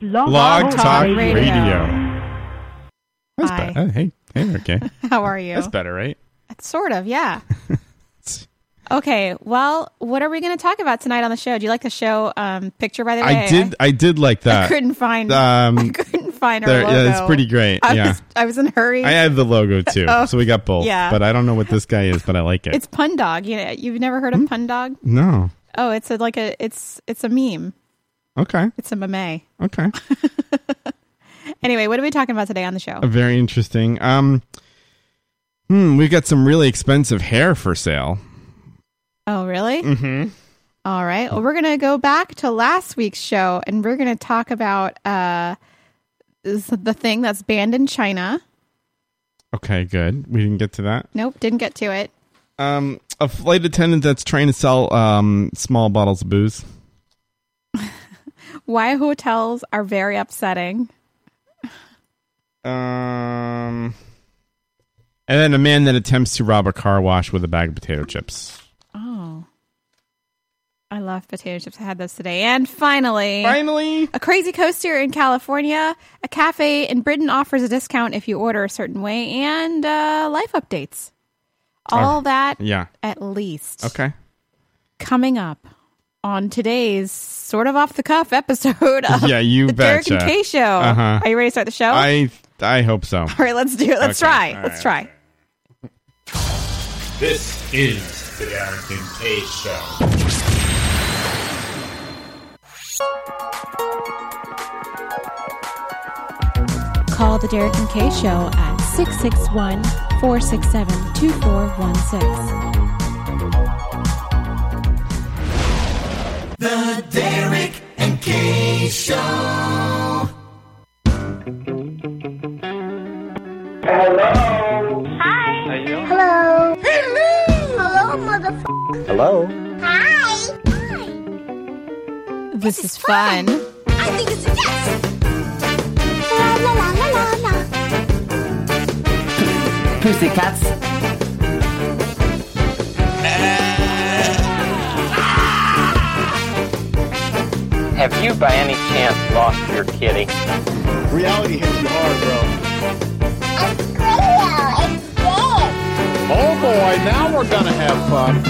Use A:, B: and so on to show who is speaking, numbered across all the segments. A: Long,
B: Blog Talk Radio. That's
C: Hi.
B: better. Oh, hey, hey, okay.
C: How are you?
B: That's better, right?
C: sort of, yeah. okay, well, what are we going to talk about tonight on the show? Do you like the show um, Picture by the Way?
B: I did. I did like
C: I,
B: that.
C: couldn't find. I
B: um,
C: couldn't find our
B: there-
C: logo.
B: yeah, it's pretty great.
C: I
B: yeah,
C: was, I was in a hurry.
B: I had the logo too,
C: Oh,
B: so we got both.
C: yeah.
B: but I don't know what this guy is, but I like it.
C: it's Pun Dog. You know, you've never heard
B: Hmm?
C: of Pun Dog?
B: no,
C: Oh, it's a, like a it's it's a meme.
B: okay,
C: It's a meme.
B: okay,
C: Anyway, what are we talking about today on the show?
B: Uh, very interesting. Um, hmm, we've got some really expensive hair for sale.
C: Oh, really?
B: Mm-hmm.
C: All right. Well, we're going to go back to last week's show and we're going to talk about uh, is the thing that's banned in China.
B: Okay, good. We didn't get to that.
C: Nope, didn't get to it.
B: Um, a flight attendant that's trying to sell um small bottles of booze.
C: Why hotels are very upsetting.
B: Um, and then a man that attempts to rob a car wash with a bag of potato chips.
C: Oh. I love potato chips. I had those today. And finally,
B: Finally,
C: a crazy coaster in California, a cafe in Britain offers a discount if you order a certain way, and uh, life updates. All that
B: Oh, yeah.
C: at least.
B: Okay.
C: coming up on today's sort of off the cuff episode of
B: Yeah, you
C: the Derek and
B: betcha.
C: Kay show.
B: Uh-huh.
C: Are you ready to start the show?
B: I I hope so.
C: All right, let's do it. Let's
B: Okay,
C: try.
B: all
C: Let's
B: right.
C: try.
D: This is the Derek and Kay Show.
C: Call the Derek and Kay show at 661 467 2416.
E: Hi. Hello. Hello. Hello, motherfucker. Hello. Hi. Hi.
C: This, is fun.
E: I think it's yes. La la la la la la.
F: Pussycats.
G: Have you by any chance lost your kitty?
D: Reality hits you hard, bro.
E: It's clear. It's big.
D: Oh boy, now we're gonna have fun.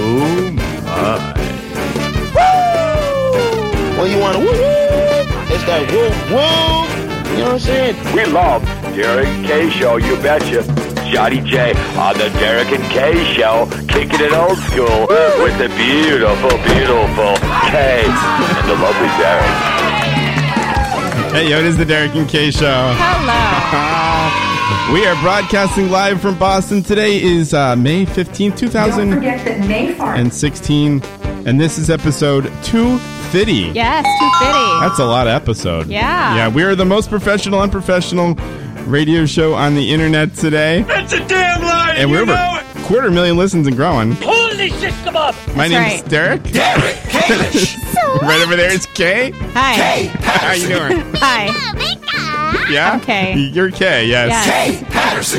D: Oh my. Woo! Well, you wanna woo woo? It's that woo woo. You know what I'm saying?
H: We love Derek and Kay Show, you betcha. Johnny J on the Derek and Kay Show, kicking it old school with the beautiful, beautiful Kay and the lovely Derek.
B: Hey, yo, it is the Derek and Kay show.
C: Hello.
B: Ah, we are broadcasting live from Boston. Today is uh, May fifteenth, two
I: Don't
B: thousand
I: forget that May farm.
B: and sixteen, and this is episode two fifty.
C: Yes, too fitty.
B: That's a lot of episode.
C: Yeah.
B: Yeah, we are the most professional and professional radio show on the internet today.
H: That's a damn lie,
B: And we're over a quarter million listens and growing.
H: Holy system up!
B: My
C: That's
B: name's
C: right.
B: Derek. right over there is Kay.
C: Hi.
B: How you doing?
C: Hi.
E: Rebecca.
B: Yeah.
C: I'm Kay.
B: You're Kay. Yes.
C: Yes.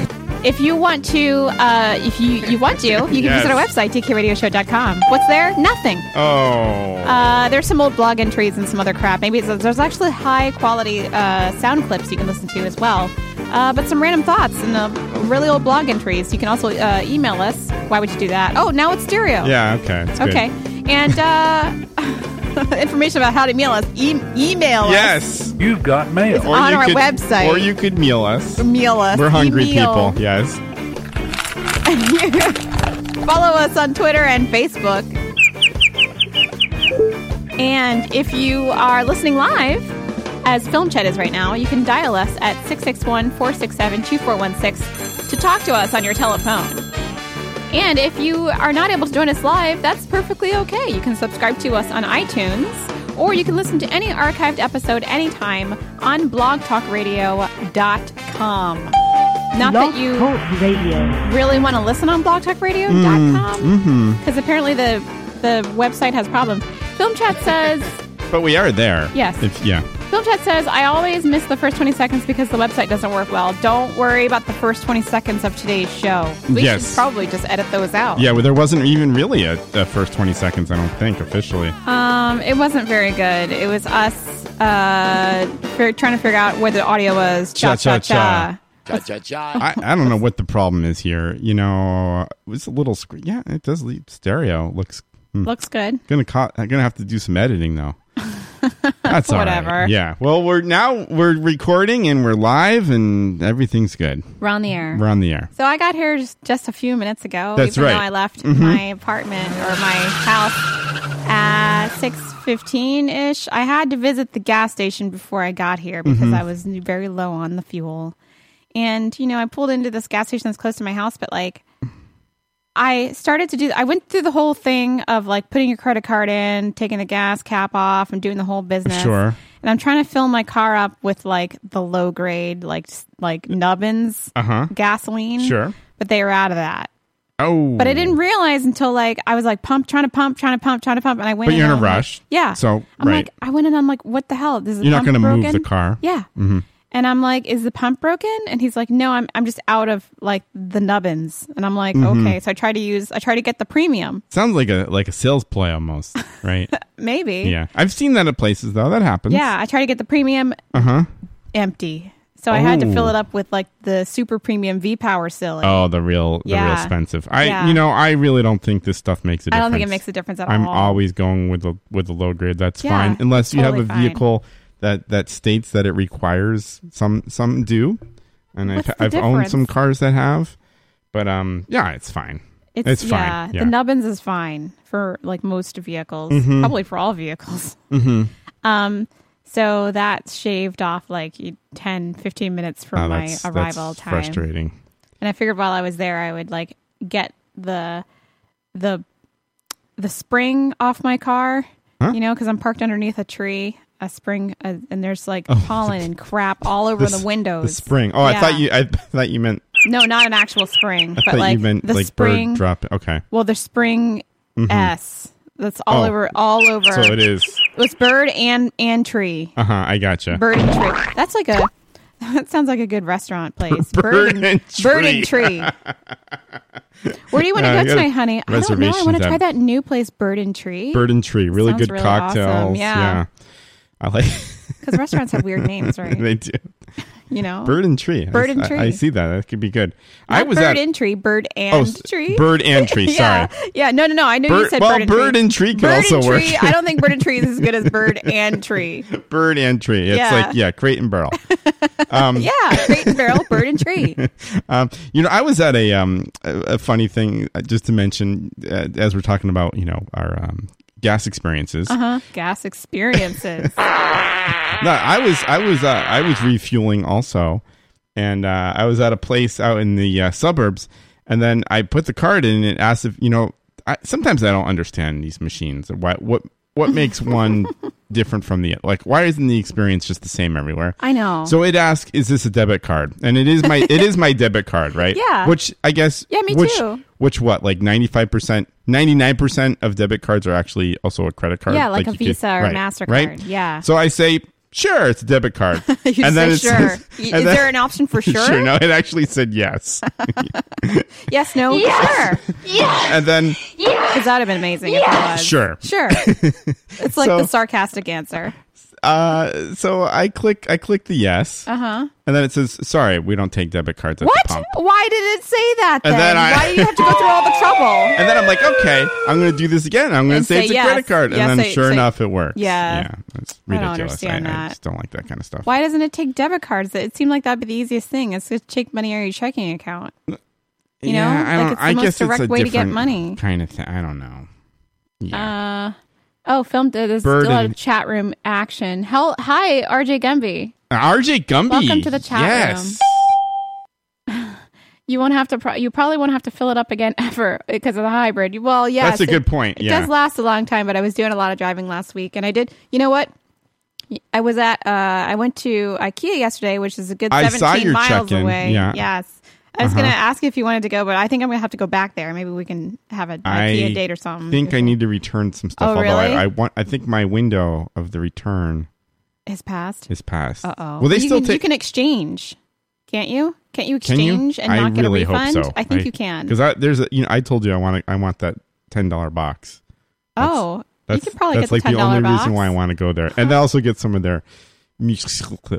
C: If you want to, uh, if you, you want to, you can
B: Yes.
C: visit our website, dkradioshow.com. What's there? Nothing.
B: Oh.
C: Uh, there's some old blog entries and some other crap. Maybe it's, there's actually high quality uh, sound clips you can listen to as well. Uh, but some random thoughts and uh, really old blog entries. You can also uh, email us. Why would you do that? Oh, now it's stereo.
B: yeah. Okay. it's good.
C: Okay. And uh, information about how to email us. E- email us.
B: Yes.
D: You've got mail.
B: Or
C: on
B: you
C: our
B: could-
C: website.
B: Or you could meal us.
C: Email us.
B: We're hungry
C: Email.
B: people. Yes.
C: Follow us on Twitter and Facebook. And if you are listening live, as Film Chat is right now, you can dial us at 661 467 2416 to talk to us on your telephone. And if you are not able to join us live, that's perfectly okay. You can subscribe to us on iTunes, or you can listen to any archived episode anytime on blogtalkradio.com. Not
A: Blog
C: that you
A: Talk Radio.
C: really want to listen on blogtalkradio.com because apparently the the website has problems. Film chat says
B: But we are there.
C: Yes.
B: If, yeah.
C: Film chat says I always miss the first 20 seconds because the website doesn't work well. Don't worry about the first 20 seconds of today's show. We
B: Yes.
C: should probably just edit those out.
B: Yeah. Well, there wasn't even really a, a first 20 seconds, I don't think, officially.
C: Um it wasn't very good. It was us uh, fi- trying to figure out where the audio was. Cha cha
B: Cha, cha,
C: cha.
D: Cha cha cha.
B: I, I don't know what the problem is here. You know, it's a little screen. Yeah, it does leave stereo. Looks hmm.
C: Looks good.
B: gonna co- I'm gonna have to do some editing though. That's all right.
C: Whatever.
B: Yeah. Well, we're now we're recording and we're live and everything's good.
C: We're on the air.
B: We're on the air.
C: So I got here just, just a few minutes ago.
B: That's
C: even
B: right. Mm-hmm.
C: Though I left my apartment or my house at six fifteen ish. I had to visit the gas station before I got here because
B: Mm-hmm.
C: I was very low on the fuel. And you know, I pulled into this gas station that's close to my house, but like. I started to do. I went through the whole thing of like putting your credit card in, taking the gas cap off, and doing the whole business.
B: Sure.
C: And I'm trying to fill my car up with like the low grade, like s- like nubbins
B: Uh huh.
C: gasoline.
B: Sure.
C: But they were out of that.
B: Oh.
C: But I didn't realize until like I was like pump, trying to pump, trying to pump, trying to pump, and I went.
B: But you're in
C: and
B: a
C: I'm like-
B: rush.
C: yeah.
B: So,
C: I'm
B: right.
C: like, I went and I'm like, what the hell? This is
B: You're not
C: going
B: gonna
C: to
B: move the car. Mm-hmm.
C: Yeah. And I'm like, is the pump broken? And he's like, no, I'm I'm just out of like the nubbins. And I'm like,
B: Mm-hmm.
C: okay. So I try to use, I try to get the premium,
B: Sounds like a like a sales play almost, right?
C: maybe.
B: yeah. I've seen that at places though. That happens.
C: Yeah. I try to get the premium
B: Uh huh.
C: empty. So I had to fill
B: Oh.
C: it up with like the super premium V Power silly.
B: Oh, the real, the real
C: Yeah.
B: expensive. I,
C: Yeah.
B: you know, I really don't think this stuff makes a
C: I
B: difference.
C: don't think it makes a difference at
B: I'm
C: all.
B: always going with the with the low grade. That's
C: Yeah,
B: fine, unless you
C: totally
B: have a
C: fine.
B: vehicle that that states that it requires some some do. And
C: What's
B: I've,
C: the
B: I've owned some
C: difference?
B: cars that have, but um, yeah, it's fine. It's, fine.
C: Yeah,
B: yeah. Mm-hmm.
C: the nubbins is fine for like most vehicles, probably for all vehicles. Um, so that shaved off like 10, 15 minutes from
B: Oh,
C: my
B: that's,
C: arrival
B: that's
C: time,
B: frustrating.
C: and I figured while I was there, I would like get the the the spring off my car,
B: Huh?
C: you know, because I'm parked underneath a tree. A spring, uh, and there's like pollen and crap all over
B: s-
C: the windows.
B: Oh, The spring. Oh, I
C: Yeah.
B: thought you. I thought you meant.
C: No, not an actual spring,
B: I
C: but
B: thought
C: like
B: you meant
C: the
B: like
C: spring
B: bird drop. Okay,
C: Well, the spring S. That's all
B: Mm-hmm. Oh.
C: over, all over.
B: so it is.
C: It was bird and and tree,
B: Uh huh. I gotcha.
C: bird and tree. That's like a. That sounds like a good restaurant place.
B: Bird and
C: bird and tree. Where do you want to
B: Yeah, I
C: go
B: got
C: tonight, honey? I don't know. I want
B: reservations
C: to try
B: at-
C: that new place, Bird and Tree,
B: Bird and tree. Really
C: Sounds
B: good
C: really awesome,
B: cocktails.
C: yeah.
B: I like.
C: because restaurants have weird names, right?
B: they do.
C: You know,
B: Bird and tree.
C: Bird
B: I-
C: and
B: I- I,
C: tree.
B: see that. That could be good.
C: Not
B: I was at
C: Bird and Tree, Bird and
B: oh, s-
C: Tree.
B: bird and tree.
C: yeah,
B: Sorry.
C: yeah. No, no, no. I knew you
B: Bird-
C: said
B: well,
C: bird and
B: bird
C: tree.
B: and tree can
C: bird
B: also
C: and
B: work.
C: tree. I don't think bird and tree is as good as bird and tree.
B: Bird and tree. It's
C: Yeah.
B: like yeah, crate and barrel.
C: Yeah, Crate and Barrel, Bird and Tree.
B: Um, you know, I was at a um a, a funny thing uh, just to mention uh, as we're talking about you know our um, gas experiences.
C: Huh? Uh-huh. Gas experiences.
B: No, I was I was uh, I was refueling also, and uh, I was at a place out in the uh, suburbs, and then I put the card in and asked if you know. I, sometimes I don't understand these machines. Why what what makes one different from the like? Why isn't the experience just the same everywhere?
C: I know.
B: So it asks, "Is this a debit card?" And it is my it is my debit card, right?
C: Yeah.
B: Which I guess.
C: Yeah, me
B: which,
C: too.
B: Which what like ninety five percent, ninety nine percent of debit cards are actually also a credit card.
C: Yeah, like a
B: you could-
C: Visa or
B: right,
C: MasterCard.
B: Right?
C: Yeah.
B: So I say, "Sure, it's a debit card,"
C: you say
B: it
C: sure.
B: says-
C: Y- Is
B: and then-
C: there an option for sure?
B: No, it actually said yes,
C: Yes, no, sure.
B: and then
C: Because that would have been amazing if it was.
B: Sure.
C: Sure. It's like
B: So-
C: the sarcastic answer.
B: uh, so I click I click the yes,
C: Uh huh.
B: and then it says, "Sorry, we don't take debit cards at the
C: What?
B: pump."
C: Why did it say that then?
B: And then I-
C: Why do you have to go through all the trouble?
B: And then I'm like, okay, I'm going to do this again. I'm going to
C: And
B: say,
C: say
B: it's a
C: yes.
B: credit card, and
C: Yes,
B: then
C: I-
B: sure
C: say-
B: enough, it works.
C: Yeah.
B: yeah, that's
C: I don't
B: ridiculous.
C: understand
B: I, I
C: that.
B: just don't like that kind of stuff.
C: Why doesn't it take debit cards? It seemed like that'd be the easiest thing. It's to take money out of your checking account. You know,
B: Yeah, I
C: like
B: don't.
C: it's the
B: I
C: most
B: guess
C: direct
B: it's a
C: way to get
B: different
C: money.
B: kind of thing. I don't know. Yeah.
C: Uh, oh, filmed. There's still a lot
B: Burden.
C: of chat room action. Hel- Hi, RJ Gumby.
B: RJ Gumby.
C: Uh, welcome to the chat
B: yes.
C: You won't have to. Pro- you probably won't have to fill it up again ever because of the hybrid. Well, yes,
B: That's a good
C: It,
B: point.
C: it
B: yeah.
C: does last a long time, but I was doing a lot of driving last week, and I did. You know what? I was at. Uh, I went to IKEA yesterday, which is a good
B: I
C: seventeen
B: saw your
C: miles
B: check-in,
C: away.
B: yeah. Uh-huh.
C: Yes. I was gonna ask you if you wanted to go, but I think I'm gonna have to go back there. Maybe we can have an IKEA date or something.
B: I think I need to return some stuff.
C: Oh,
B: although
C: really?
B: I, I want, I think my window of the return
C: Is past.
B: is past.
C: Uh oh.
B: Will they
C: you
B: still
C: can, you
B: take?
C: can exchange, can't you? Can't you
B: Can you?
C: exchange and
B: I
C: not get a
B: really hope
C: refund?
B: so.
C: I think you can.
B: Because there's a, you know, I told you I want, to, I want that ten dollar box.
C: oh,
B: That's
C: could probably
B: that's
C: get the
B: like the
C: $10
B: only
C: box.
B: reason why I want to go there, and I also get some of their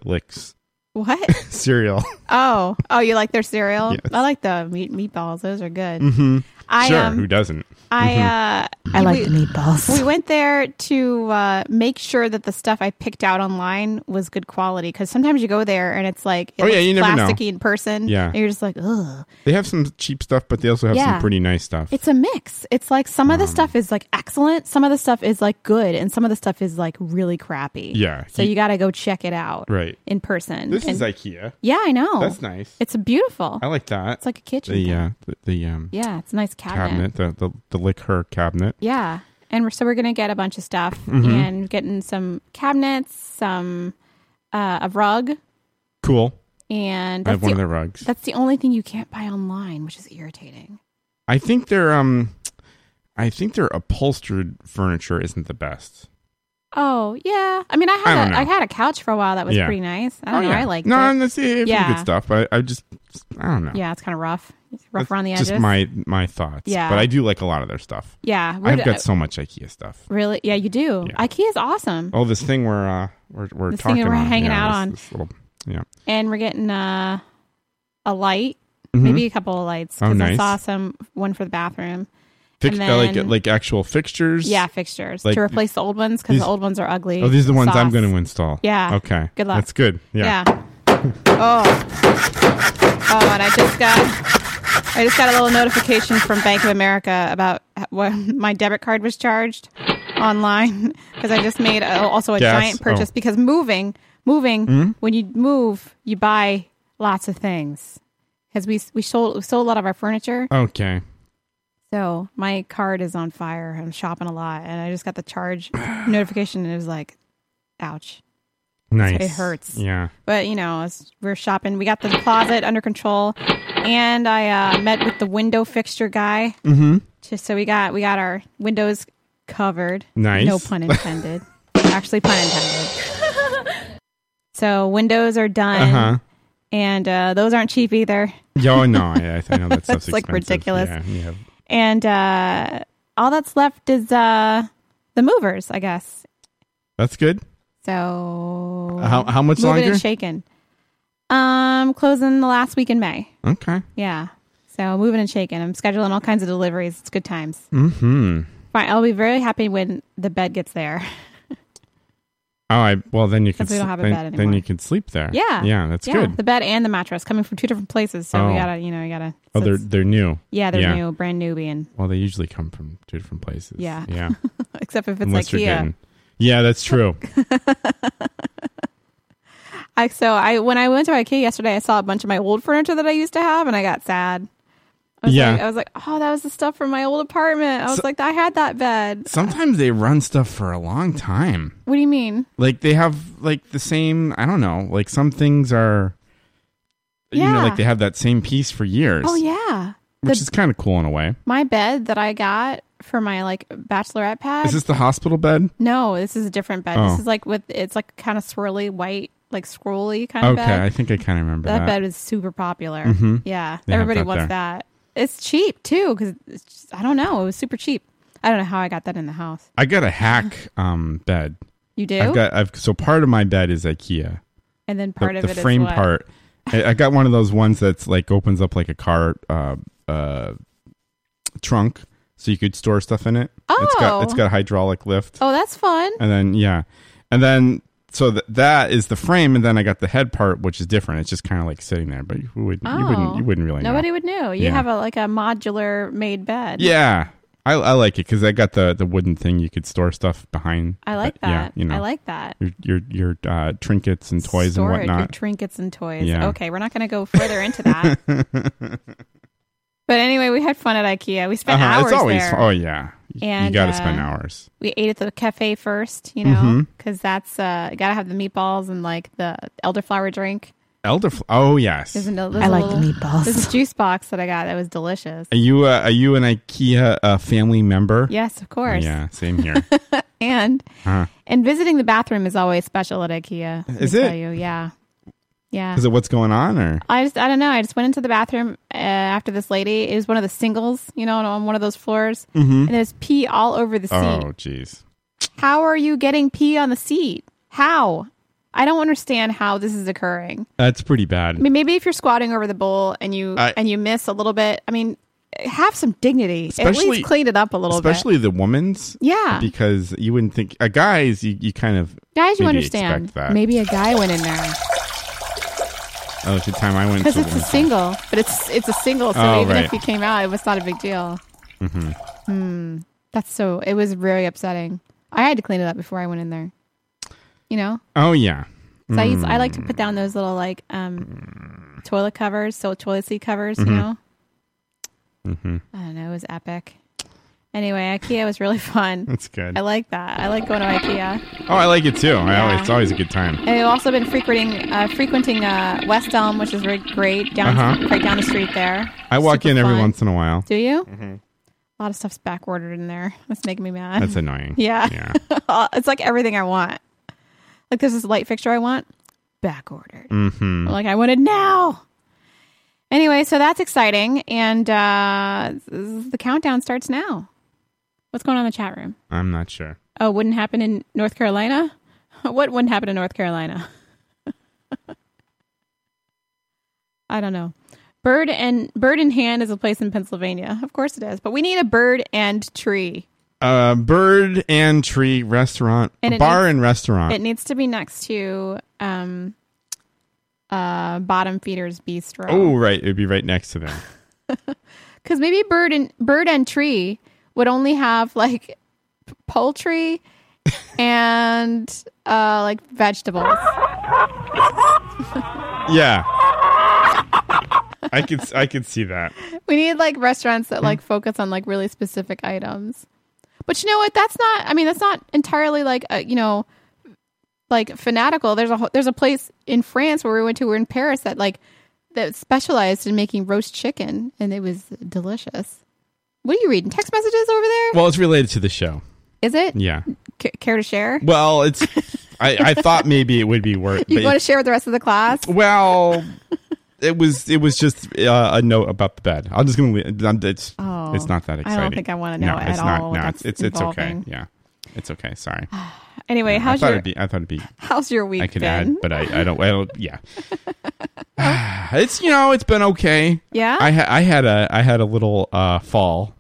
B: licks
C: What?
B: cereal.
C: Oh, oh, you like their cereal?
B: Yes.
C: I like the meat meatballs. Those are good.
B: hmm
C: I
B: Sure,
C: um,
B: who doesn't?
C: I
B: Mm-hmm.
C: uh,
A: I like
C: we,
A: the meatballs.
C: we went there to uh, make sure that the stuff I picked out online was good quality because sometimes you go there and it's like it
B: Oh, yeah,
C: looks
B: you never know.
C: plasticky in person.
B: Yeah.
C: and you're just like, ugh.
B: They have some cheap stuff, but they also have
C: Yeah.
B: some pretty nice stuff.
C: It's a mix. It's like some of
B: Mm.
C: the stuff is like excellent, some of the stuff is like good, and some of the stuff is like really crappy.
B: Yeah.
C: So you got to go check it out
B: right.
C: in person.
B: This
C: And-
B: is IKEA.
C: yeah, I know.
B: That's nice.
C: Oh. It's beautiful.
B: I like that.
C: it's like a kitchen.
B: the
C: thing.
B: uh, the, the um
C: Yeah, it's a nice
B: cabinet, the, the the liquor cabinet.
C: Yeah. And we're, so we're going to get a bunch of stuff
B: Mm-hmm.
C: and getting some cabinets, some uh, a rug,
B: Cool.
C: and
B: I have
C: that's
B: one
C: the,
B: of their rugs.
C: that's the only thing you can't buy online, which is irritating.
B: I think their um, I think their upholstered furniture isn't the best.
C: Oh yeah, I mean I
B: I don't
C: had a,
B: know.
C: I had a couch for a while that was
B: Yeah.
C: pretty nice. I don't know, I liked
B: no,
C: it.
B: and that's it.
C: Yeah.
B: Yeah. good stuff. But I, I just I don't know.
C: yeah, it's kind of rough, It's rough
B: That's
C: around the edges.
B: Just my my thoughts.
C: Yeah.
B: But I do like a lot of their stuff.
C: yeah, we're-
B: I've got so much IKEA stuff.
C: really yeah you do.
B: Yeah.
C: IKEA's awesome,
B: Oh, this thing we're uh we're we're
C: This thing
B: talking
C: that we're
B: on.
C: hanging
B: yeah,
C: out
B: this-
C: on.
B: this little- yeah.
C: and we're getting uh, a light,
B: Mhm.
C: maybe a couple of lights.
B: Oh,
C: 'cause I
B: nice.
C: saw some one for the bathroom.
B: Fix,
C: and
B: uh, like
C: then-
B: like actual fixtures.
C: Yeah, fixtures
B: Like-
C: to replace the old ones because
B: These-
C: the old ones are ugly.
B: Oh, these are the ones I'm
C: Sauce.
B: going to install.
C: Yeah.
B: Okay.
C: Good luck.
B: That's good.
C: Yeah. Oh. Oh, and I just got I just got a little notification from Bank of America about what my debit card was charged online because I just made a, also a
B: Gas.
C: giant purchase
B: Oh. Hmm?
C: because moving, moving. When you move, you buy lots of things because we we sold we sold a lot of our furniture.
B: Okay.
C: So my card is on fire. I'm shopping a lot, and I just got the charge notification, and it was like, ouch.
B: Nice.
C: It hurts.
B: Yeah.
C: But you know, as we are shopping, we got the closet under control, and I uh, met with the window fixture guy.
B: Mm-hmm.
C: To, so we got we got our windows covered.
B: Nice.
C: No pun intended. Actually, pun intended. so windows are done,
B: Uh huh.
C: and uh, those aren't cheap either.
B: Yeah, oh, no, I, I know that stuff's
C: That's, like,
B: expensive.
C: ridiculous.
B: Yeah, yeah.
C: And uh, all that's left is uh, the movers, I guess.
B: That's good.
C: So
B: Uh, How how much
C: moving
B: longer?
C: and shaken. Um, closing the last week in May.
B: Okay.
C: Yeah. So moving and shaking. I'm scheduling all kinds of deliveries. It's good times.
B: Mm-hmm.
C: Fine. I'll be very happy when the bed gets there.
B: Oh, I well then you could
C: Because we don't have a
B: then,
C: bed anymore.
B: then you could sleep there.
C: Yeah.
B: Yeah, that's
C: yeah.
B: good.
C: The bed and the mattress coming from two different places. So we
B: Oh.
C: gotta, you know, we gotta.
B: oh,
C: so
B: they're
C: it's-
B: they're new.
C: yeah, they're
B: yeah.
C: new, brand newbie, and
B: Well, they usually come from two different places.
C: Yeah.
B: Yeah.
C: except if it's
B: Unless
C: IKEA.
B: you're getting. Yeah, that's true.
C: I, so I when I went to IKEA yesterday, I saw a bunch of my old furniture that I used to have, and I got sad. I was
B: Yeah.
C: like, I was like, oh, that was the stuff from my old apartment. I was
B: So-
C: like, I had that bed.
B: Sometimes they run stuff for a long time.
C: What do you mean?
B: like they have like the same i don't know like some things are you know
C: Yeah.
B: like they have that same piece for years
C: Oh yeah,
B: which
C: the-
B: is kind of cool in a way
C: my bed that I got for my like bachelorette pad.
B: is this the hospital bed
C: No, this is a different bed.
B: Oh.
C: This is like with it's like kind of swirly white, like scrolly kind of
B: okay
C: bed.
B: i think i kind of remember
C: that,
B: that,
C: bed is super popular.
B: Mhm.
C: Yeah,
B: They have
C: everybody
B: that
C: wants
B: there.
C: that. It's cheap too because I don't know. It was super cheap. I don't know how I got that in the house.
B: i got a hack um bed
C: You do,
B: i've got i've so part of my bed is ikea
C: and then
B: the,
C: part of
B: the
C: it is
B: frame
C: what?
B: part I, I got one of those ones that's like opens up like a car uh uh trunk so you could store stuff in it it's got it's
C: Oh.
B: got a hydraulic lift
C: Oh, that's fun.
B: and then yeah and then so th- that is the frame and then i got the head part which is different it's just kind of like sitting there but you wouldn't you
C: Oh.
B: wouldn't you wouldn't really know.
C: Nobody would know. You
B: Yeah.
C: have a like a modular made bed.
B: yeah I, I like it because i got the the wooden thing you could store stuff behind
C: I like
B: But,
C: that.
B: yeah you know
C: I like that.
B: your your, your uh, trinkets and toys
C: Store it,
B: and
C: Your
B: whatnot
C: trinkets and toys.
B: Yeah.
C: Okay, we're not going to go further into that. but anyway, we had fun at IKEA. We spent
B: Uh-huh,
C: hours
B: it's always
C: there.
B: oh yeah You-
C: And,
B: you gotta
C: uh,
B: spend hours
C: We ate at the cafe first, you know,
B: Mhm.
C: because that's uh, got to have the meatballs and like the elderflower drink.
B: elderflower oh yes
C: There's an el- there's
A: I
C: a
A: like the
C: little- There's a
A: meatballs.
C: juice box that I got that was delicious.
B: are you uh, are you an ikea uh, family member Oh,
C: Yes, of course.
B: yeah same here Uh-huh.
C: And
B: Huh.
C: and visiting the bathroom is always special at IKEA. let me
B: Is it?
C: tell you, yeah, yeah.
B: is it what's going on or
C: I just, I don't know. I just went into the bathroom uh, after this lady. It was one of the singles, you know, on one of those floors. And there's pee all over the seat.
B: Mm-hmm. oh jeez
C: How are you getting pee on the seat? How? I don't understand how this is occurring.
B: That's pretty bad.
C: I mean, maybe if you're squatting over the bowl and you
B: I-
C: and you miss a little bit, I mean, have some dignity. At
B: Especially-
C: least clean it up a little
B: Especially the woman's.
C: bit. Yeah,
B: Because you wouldn't think a guys you, you kind of
C: guys, you
B: maybe
C: understand?
B: expect that.
C: Maybe a guy went in there
B: Oh, it's the time I went
C: because
B: to
C: it's a
B: one.
C: single, but it's it's a single, so
B: Oh,
C: even
B: right. Mm-hmm.
C: if you came out, it was not a big deal. Hmm. That's so. It was very upsetting. I had to clean it up before I went in there. You know,
B: Oh yeah.
C: So I, used, I like to put down those little like um, toilet covers, so toilet seat covers, you know. Mm-hmm. I don't know. It was epic. Anyway, IKEA was really fun.
B: That's good.
C: I like that. I like going to IKEA.
B: oh, I like it too. I always,
C: Yeah.
B: it's always a good time.
C: And I've also been frequenting uh, frequenting uh, West Elm, which is really great down
B: Uh-huh.
C: right down the street there.
B: I walk
C: Super
B: in every
C: fun.
B: once in a while.
C: Do you?
B: Mm-hmm.
C: A lot of stuff's back ordered in there. That's making me mad.
B: That's annoying.
C: Yeah.
B: Yeah.
C: Uh, it's like everything I want. Like there's this light fixture I want, back ordered.
B: hmm
C: Like I want it now. Anyway, so that's exciting, and uh, the countdown starts now. What's going on in the chat room?
B: I'm not sure.
C: Oh, wouldn't happen in North Carolina. What wouldn't happen in North Carolina? I don't know. Bird and Bird in Hand is a place in Pennsylvania. Of course it is, but we need a bird and tree.
B: Uh, bird and tree restaurant,
C: And it
B: bar
C: needs-
B: and restaurant.
C: It needs to be next to um, uh, Bottom Feeders Bistro.
B: oh, right. It would be right next to them.
C: because maybe bird and bird and tree would only have like p- poultry and uh like vegetables
B: yeah. I could s- I could see that.
C: we need like restaurants
B: Hmm?
C: that like focus on like really specific items but you know what that's not i mean that's not entirely like a, you know like fanatical there's a whole, there's a place in france where we went to we're in paris that like that specialized in making roast chicken and it was delicious what are you reading text messages over there?
B: Well, it's related to the show.
C: Is it
B: Yeah.
C: C- care to share
B: Well, it's I, I thought maybe it would be worth.
C: You
B: but
C: want to share with the rest of the class?
B: Well, it was it was just uh, a note about the bed. I'm just gonna. leave- I'm- It's
C: Oh,
B: it's not that
C: I don't
B: exciting.
C: think I wanna know
B: no,
C: at
B: it's not,
C: all
B: No,
C: that's
B: it's it's, it's okay.
C: involving-
B: Yeah, it's okay. Sorry.
C: Anyway,
B: I
C: how's
B: thought
C: your
B: it'd be. I thought it'd be.
C: how's your week
B: I could
C: been?
B: add, but I, I don't. I don't. Yeah. it's you know it's been okay.
C: yeah.
B: I ha- I had a I had a little uh, fall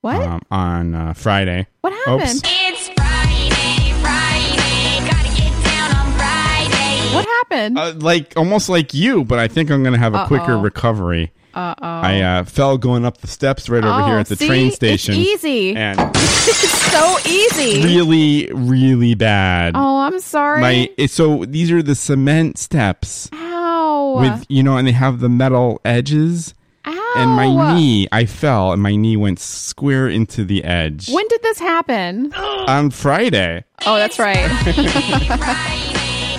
C: what?
B: um, on uh, Friday.
C: what happened?
B: Oops.
E: It's Friday, Friday. Gotta get down on Friday.
C: What happened?
B: Uh, like almost like you, but I think I'm gonna have a quicker
C: Uh-oh.
B: recovery.
C: Uh oh.
B: I uh, fell going up the steps right over here at the
C: see?
B: train station.
C: It's easy.
B: And
C: It's so easy.
B: really, really bad.
C: Oh, I'm sorry.
B: My it- so these are the cement steps
C: Ow.
B: with you know, and they have the metal edges.
C: Ow.
B: And my knee, I fell, and my knee went square into the edge
C: When did this happen?
B: on Friday.
C: Oh, that's right.
E: Friday,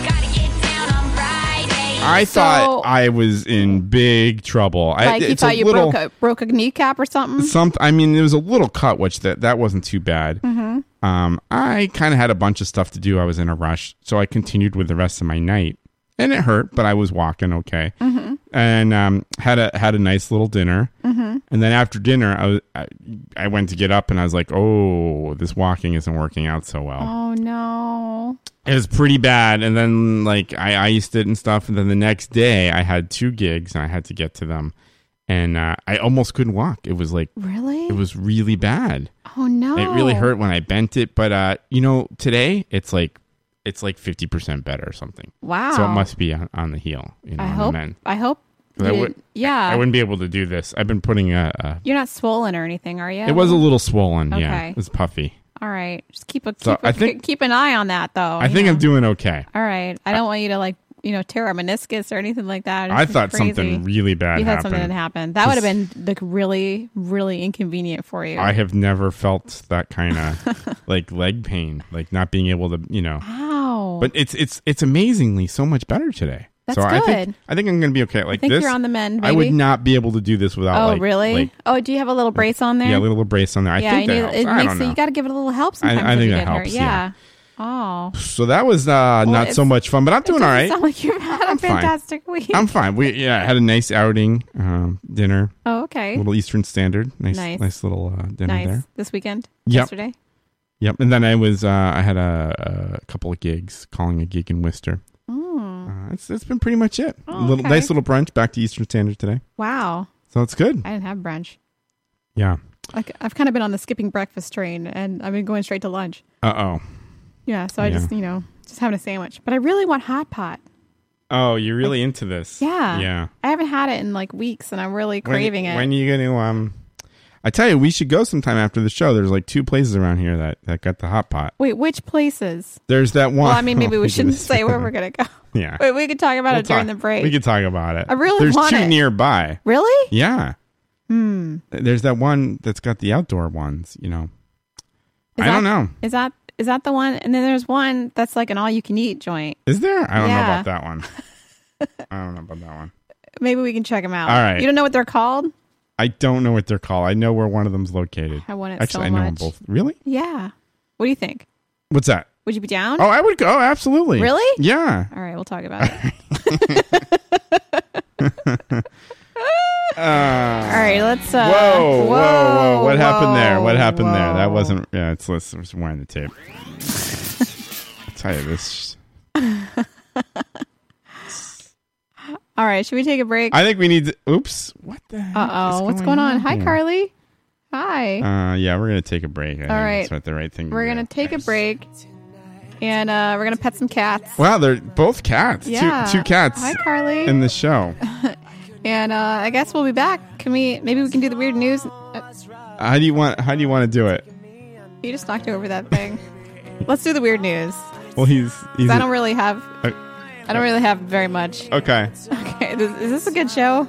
E: gotta get down on Friday.
B: I
C: So-
B: thought I was in big trouble. I,
C: Like you
B: it's a
C: thought you
B: little,
C: broke a broke a kneecap or something.
B: some. I mean, there was a little cut, which that that wasn't too bad. Um, I kind of had a bunch of stuff to do. I was in a rush, so I continued with the rest of my night, and it hurt, but I was walking okay, and um, had a had a nice little dinner. And then after dinner, I, was, I I went to get up, and I was like, "Oh, this walking isn't working out so well."
C: Oh no.
B: It was pretty bad, and then like I iced it and stuff, and then the next day I had two gigs, and I had to get to them, and uh, I almost couldn't walk. It was like
C: Really?
B: it was really bad.
C: oh no.
B: It really hurt when I bent it, but uh, you know, today it's like it's like fifty percent better or something.
C: Wow.
B: So it must be on, on the heel, you know,
C: Oh. I
B: on
C: hope. uh,
B: the men.
C: I hope.
B: I
C: you
B: would-
C: didn't- yeah.
B: I wouldn't be able to do this. I've been putting a. a
C: You're not swollen or anything, are you?
B: it was a little swollen. Yeah,
C: Okay.
B: it was puffy.
C: All right, just keep a keep,
B: So,
C: a-
B: I think-
C: keep an eye on that though.
B: I
C: you
B: think
C: know.
B: I'm doing okay.
C: All right, I don't want you to like you know tear a meniscus or anything like that.
B: I
C: It's
B: thought
C: crazy.
B: something really bad
C: You thought
B: happened.
C: something that happened. That would have been like really really inconvenient for you.
B: I have never felt that kind of like leg pain, like not being able to, you know.
C: wow.
B: But it's it's it's amazingly so much better today.
C: That's
B: so I think
C: good.
B: I think I'm going to be okay. Like
C: I think
B: this,
C: you're on the mend. Maybe.
B: I would not be able to do this without.
C: oh
B: like-
C: really?
B: like,
C: oh, do you have a little brace on there?
B: yeah, a little brace on there. I
C: yeah,
B: think
C: you
B: that helps.
C: need- it
B: I
C: makes
B: don't
C: it-
B: know.
C: you got to give it a little help sometimes.
B: I
C: if
B: think
C: you
B: that
C: get hurt.
B: helps, yeah.
C: Yeah. Oh,
B: so that was uh, not so
C: it's-
B: much fun, but I'm doing all
C: Doesn't
B: right.
C: Sound like you've had a
B: fine.
C: fantastic week.
B: I'm fine. We yeah, I had a nice outing, um, dinner,
C: oh, okay.
B: little Eastern Standard, nice,
C: Nice.
B: nice, little uh, dinner
C: Nice.
B: there.
C: This weekend.
B: Yep.
C: Yesterday.
B: Yep. And then I was uh, I had a, a couple of gigs calling a gig in Worcester.
C: Hmm.
B: Uh, that's that's been pretty much it.
C: Oh,
B: little
C: okay.
B: nice little brunch back to Eastern Standard today.
C: Wow.
B: So it's good.
C: I didn't have brunch.
B: Yeah.
C: Like I've kind of been on the skipping breakfast train, and I've been going straight to lunch.
B: Uh oh.
C: Yeah, so I
B: Yeah.
C: just you know just having a sandwich, but I really want hot pot.
B: Oh, you're really into this.
C: Yeah,
B: Yeah.
C: I haven't had it in like weeks, and I'm really
B: When-
C: craving it.
B: When are you gonna um I tell you, we should go sometime after the show. There's like two places around here that, that got the hot pot.
C: Wait, which places?
B: There's that one.
C: Well, I mean, maybe we shouldn't
B: Goodness.
C: say where we're gonna go.
B: Yeah.
C: Wait, we could talk about
B: We'll
C: it during
B: talk-
C: the break.
B: We could talk about it.
C: I really
B: There's
C: want
B: two
C: it.
B: nearby.
C: Really?
B: Yeah. Hmm. There's that one that's got the outdoor ones, you know.
C: Is
B: I don't
C: that-
B: know.
C: Is that is that the one? And then there's one that's like an all-you-can-eat joint.
B: Is there? I don't know
C: Yeah.
B: about that one. I don't know about that one.
C: Maybe we can check them out.
B: All right.
C: You don't know what they're called?
B: I don't know what they're called. I know where one of them's located.
C: I want it
B: Actually,
C: so
B: I know them
C: much.
B: both. Really?
C: Yeah. What do you think?
B: What's that?
C: Would you be down?
B: Oh, I would go. Absolutely.
C: Really?
B: Yeah.
C: All right, we'll talk about it. All
B: Uh,
C: right, let's. Uh,
B: whoa, whoa, whoa, What happened there? What
C: whoa,
B: happened there? That
C: whoa.
B: wasn't. Yeah, it's let's, let's wind the tape. I tell you this.
C: All right, should we take a break? Uh
B: I think we need. To, oops. What the? heck is
C: oh, what's going on? Hi,
B: here?
C: Carly. Hi.
B: Uh, yeah, we're gonna take a break. I think
C: right.
B: that's what the right thing. to
C: we're
B: do.
C: gonna take a break, and uh, we're gonna pet some cats.
B: Wow, they're both cats.
C: Yeah.
B: Two, two cats
C: Hi, Carly.
B: in the show.
C: and uh, I guess we'll be back. Can we? Maybe we can do the weird news. Uh,
B: How do you want? How do you want to do it?
C: you just knocked over that thing. Let's do the weird news. 'cause
B: Well, he's. he's
C: I don't really have.
B: Uh,
C: I don't really have very much.
B: okay.
C: Okay, this, is this a good show?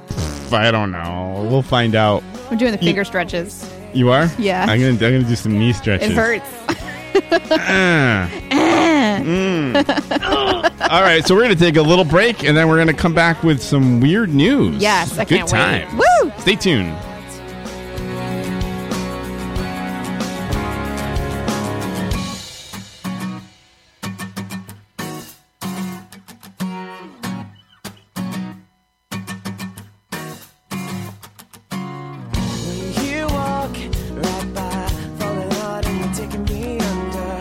B: I don't know. We'll find out.
C: I'm doing the finger stretches.
B: You are?
C: Yeah.
B: I'm gonna. I'm gonna do some knee stretches.
C: It hurts.
B: Ah. Mm. All right, so we're going to take a little break and then we're going to come back with some weird news.
C: Yes, I
B: Good
C: can't wait.
B: time.
C: Woo!
B: Stay tuned.
A: You walk right by, falling hard and you're taking me under.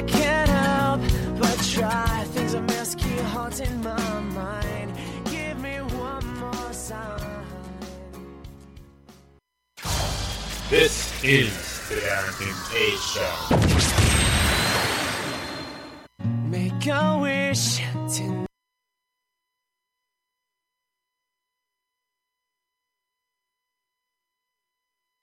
A: I can't help but try. Things I miss keep haunting my mind. Give me one more sign.
F: This is the Darrington K Show.
A: Make a wish tonight.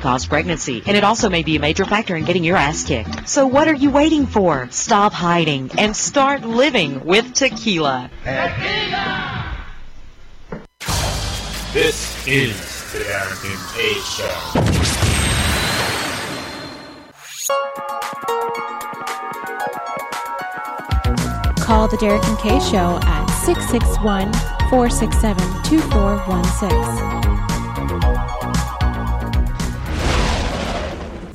I: cause pregnancy, and it also may be a major factor in getting your ass kicked. So what are you waiting for? Stop hiding and start living with tequila.
F: This is the Darrington K Show.
J: Call the Derek and Kay Show at 661 467 2416.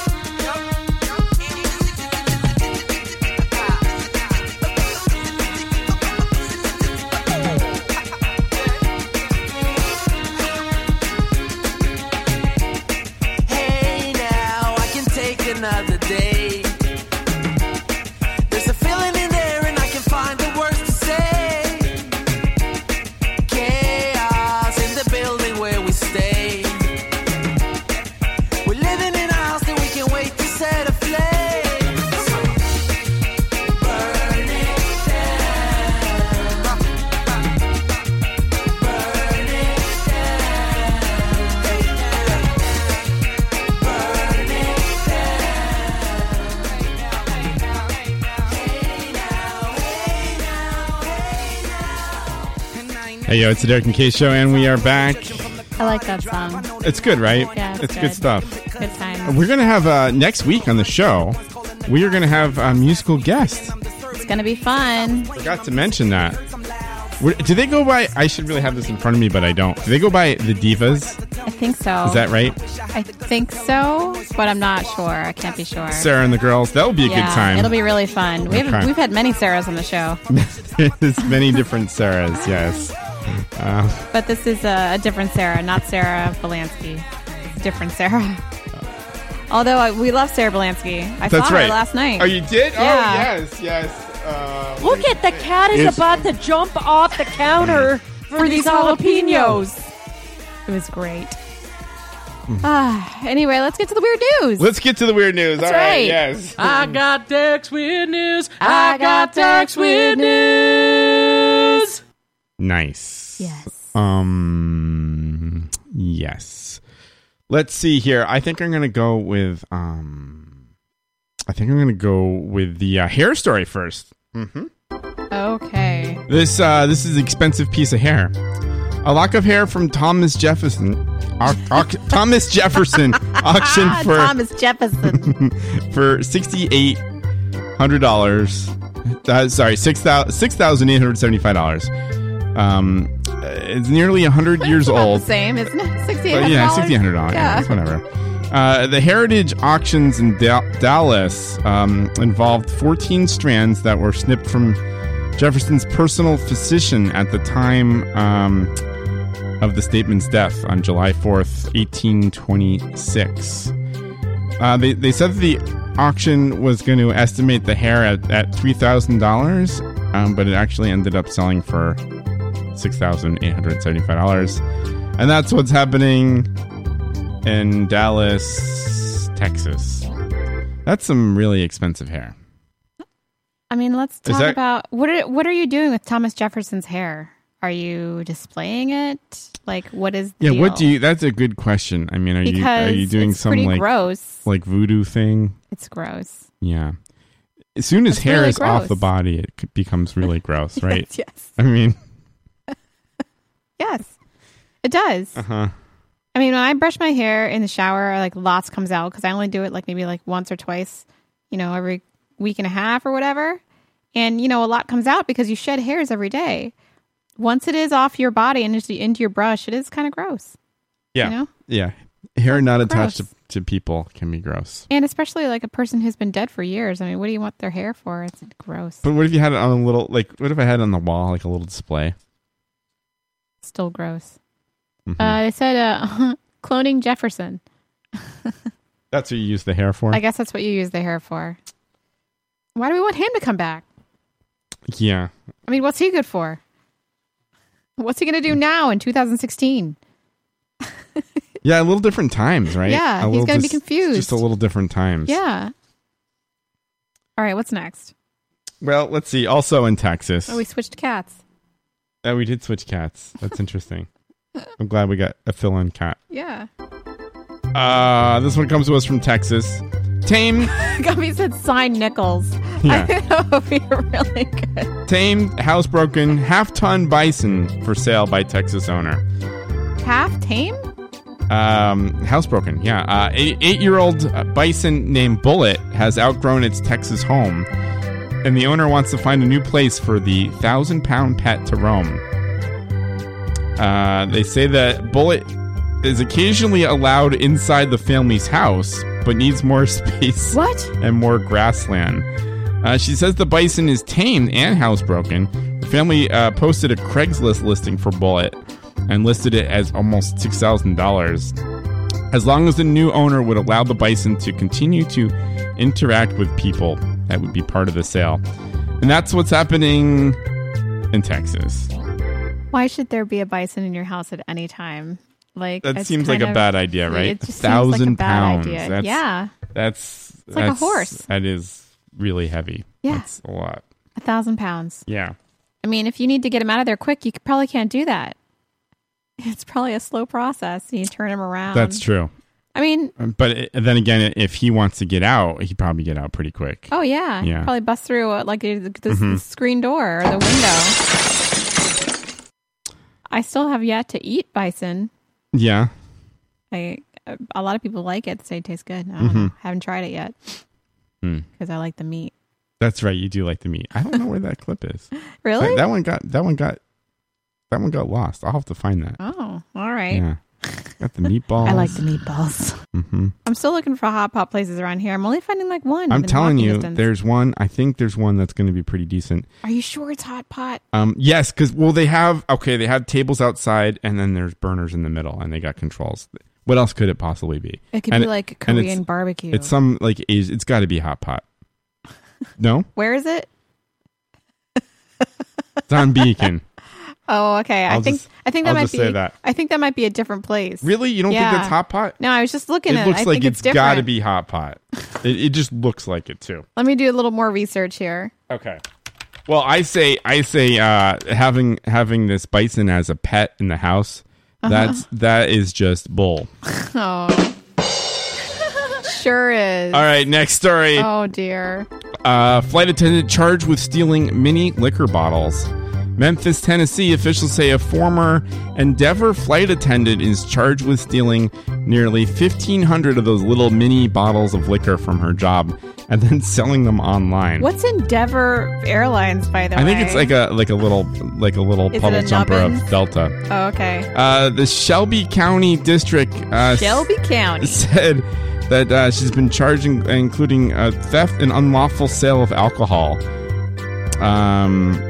A: Hey now, I can take another day. There's a feeling in there, and I can find the words to say. Chaos in the building where we stay. We're living in a house that we can wait to set aflame. Burn it down. Burn it down. Burn it
B: Hey, yo, it's the Derek and Kay Show, and we are back.
C: I like that song.
B: It's good, right?
C: Yeah, it's
B: it's
C: good.
B: good stuff.
C: Good time.
B: We're gonna have uh, next week on the show. We are gonna have a musical guest.
C: It's gonna be fun.
B: Forgot to mention that. Where- Do they go by? I should really have this in front of me, but I don't. Do they go by the Divas?
C: I think so.
B: Is that right?
C: I think so, but I'm not sure. I can't be sure.
B: Sarah and the girls. That will be a
C: yeah,
B: good time.
C: It'll be really fun. We've
B: Okay.
C: we've had many Sarahs on the show,
B: There's many different Sarahs. Yes. Um,
C: but this is a, a different Sarah, not Sarah Belansky. It's a different Sarah. Although I, we love Sarah Belansky, I
B: That's
C: saw
B: right.
C: her last night.
B: Oh, you did? Oh,
C: Yeah.
B: yes, yes. Uh,
K: Look at the cat is
B: It's-
K: about to jump off the counter for these jalapenos.
C: It was great.
B: Hmm.
C: Ah, anyway, let's get to the weird news.
B: Let's get to the weird news.
C: That's
B: All right.
C: right. Uh,
B: Yes.
K: I got Dex with news.
C: I got Dex with
K: news.
B: Nice. Yes. Um. Yes. Let's see here. I think I'm gonna go with um. I think I'm gonna go with the uh, hair story first. Mm-hmm.
C: Okay.
B: This uh, this is an expensive piece of hair. A lock of hair from Thomas Jefferson. au- au- Thomas Jefferson auctioned for
C: Ah, Thomas Jefferson.
B: for sixty eight hundred dollars. Uh, sorry, six thousand eight hundred seventy five dollars. Um, uh, it's nearly hundred years old.
C: Same, isn't it? Sixty
B: But
C: eight.
B: yeah, sixty hundred dollars. Yeah, it's whatever. Uh, the Heritage auctions in Dal- Dallas um, involved fourteen strands that were snipped from Jefferson's personal physician at the time um, of the stateman's death on July fourth, eighteen twenty six. Uh, they, they said that the auction was going to estimate the hair at, at $3,000, um, but it actually ended up selling for $6,875. And that's what's happening in Dallas, Texas. That's some really expensive hair.
C: I mean, let's
B: Is
C: talk
B: that-
C: about what are, what are you doing with Thomas Jefferson's hair? Are you displaying it? Like, what is the
B: Yeah, what do
C: deal?
B: you? That's a good question. I mean, are you are you
C: Because
B: doing
C: it's
B: some
C: pretty
B: like
C: gross.
B: like voodoo thing?
C: It's gross.
B: Yeah. As soon as
C: That's
B: hair
C: really
B: is off
C: gross.
B: the body, it c- becomes really gross, right?
C: Yes, yes.
B: I mean,
C: Yes, it does.
B: uh huh.
C: I mean, when I brush my hair in the shower, like lots comes out because I only do it like maybe like once or twice, you know, every week and a half or whatever. And you know, a lot comes out because you shed hairs every day. Once it is off your body and into, into your brush, it is kind of gross.
B: Yeah.
C: You know?
B: Yeah. Hair not attached to,
C: gross.
B: to people can be gross.
C: And especially like a person who's been dead for years. I mean, what do you want their hair for? It's gross.
B: But what if you had it on a little, like, what if I had it on the wall, like a little display?
C: Still gross.
B: Mhm.
C: Uh, they said uh, cloning Jefferson.
B: That's what you use the hair for?
C: I guess that's what you use the hair for. Why do we want him to come back?
B: Yeah.
C: I mean, what's he good for? What's he going to do now in 2016?
B: Yeah, a little different times, right?
C: Yeah,
B: A
C: he's
B: little
C: gonna be
B: just-
C: confused.
B: Just a little different times.
C: Yeah. All right, what's next?
B: Well, let's see. Also in Texas.
C: Oh, we switched cats.
B: Oh, we did switch cats. That's interesting. I'm glad we got a fill in cat.
C: Yeah.
B: Uh, this one comes to us from Texas. Tame
C: Gumby said sign nickels.
B: Yeah.
C: I know that would be really good.
B: tamed housebroken half ton bison for sale by Texas owner.
C: Half tame?
B: Um, housebroken, yeah. Uh, eight, eight-year-old bison named Bullet has outgrown its Texas home, and the owner wants to find a new place for the thousand-pound pet to roam. Uh, they say that Bullet is occasionally allowed inside the family's house, but needs more space.
C: What?
B: And more grassland. Uh, she says the bison is tamed and housebroken. The family uh, posted a Craigslist listing for Bullet and listed it as almost six thousand dollars. As long as the new owner would allow the bison to continue to interact with people, that would be part of the sale. And that's what's happening in Texas.
C: Why should there be a bison in your house at any time? Like
B: That
C: it's
B: seems like
C: kind
B: a
C: of-
B: bad idea, right?
C: It just seems like a bad idea.
B: That's,
C: yeah,
B: That's
C: It's like a
B: that's-
C: horse.
B: That is really heavy.
C: Yeah.
B: That's a lot.
C: a thousand pounds.
B: Yeah.
C: I mean, if you need to get him out of there quick, you c- probably can't do that. It's probably a slow process. You turn him around.
B: That's true.
C: I mean,
B: Um, But it- then again, if he wants to get out, he probably get out pretty quick.
C: oh yeah,
B: Yeah.
C: probably bust through uh, like uh, the, the,
B: Mhm.
C: the screen door or the window. I still have yet to eat bison.
B: Yeah.
C: I a- a lot of people like it. Say it tastes good. I don't know.
B: Mhm.
C: Haven't tried it yet
B: Hmm.
C: because I like the meat.
B: That's right. You do like the meat. I don't know where that clip is.
C: Really?
B: That, that one got. That one got. That one got lost. I'll have to find that.
C: Oh, all right.
B: Yeah. Got the meatballs.
C: I like the meatballs.
B: hmm
C: I'm still looking for hot pot places around here. I'm only finding like one.
B: I'm
C: within
B: telling
C: walking
B: you,
C: distance.
B: there's one. I think there's one that's going to be pretty decent.
C: Are you sure it's hot pot?
B: Um, yes, because well, they have okay, they have tables outside, and then there's burners in the middle, and they got controls. What else could it possibly be?
C: It could
B: And
C: be like
B: and it's-
C: Korean barbecue.
B: It's some like Asi- it's got to be hot pot. No,
C: Where is it?
B: it's on Beacon.
C: Oh, okay. i
B: I'll
C: think
B: just-
C: I think that
B: I'll
C: might
B: just
C: be.
B: say that.
C: I think that might be a different place.
B: Really? You don't think
C: Yeah.
B: that's hot pot?
C: No, I was just looking. at
B: it
C: it.
B: looks
C: I
B: like
C: think it's
B: it's got to
C: different.
B: be hot pot. It, it just looks like it too.
C: Let me do a little more research here.
B: Okay. Well, I say I say uh, having having this bison as a pet in the house.
C: Uh-huh.
B: That's that is just bull.
C: Oh, sure is.
B: All right, next story.
C: Oh dear.
B: Uh, flight attendant charged with stealing mini liquor bottles. Memphis, Tennessee officials say a former Endeavor flight attendant is charged with stealing nearly 1,500 of those little mini bottles of liquor from her job and then selling them online.
C: What's Endeavor Airlines, by the
B: I
C: way?
B: think it's like a like a little like a little
C: Is it
B: puddle
C: a
B: jumper
C: nubbin?
B: of Delta.
C: Oh, okay.
B: Uh, the Shelby County District uh,
C: Shelby County.
B: said that uh, she's been charged, in- including uh, theft and unlawful sale of alcohol. Um,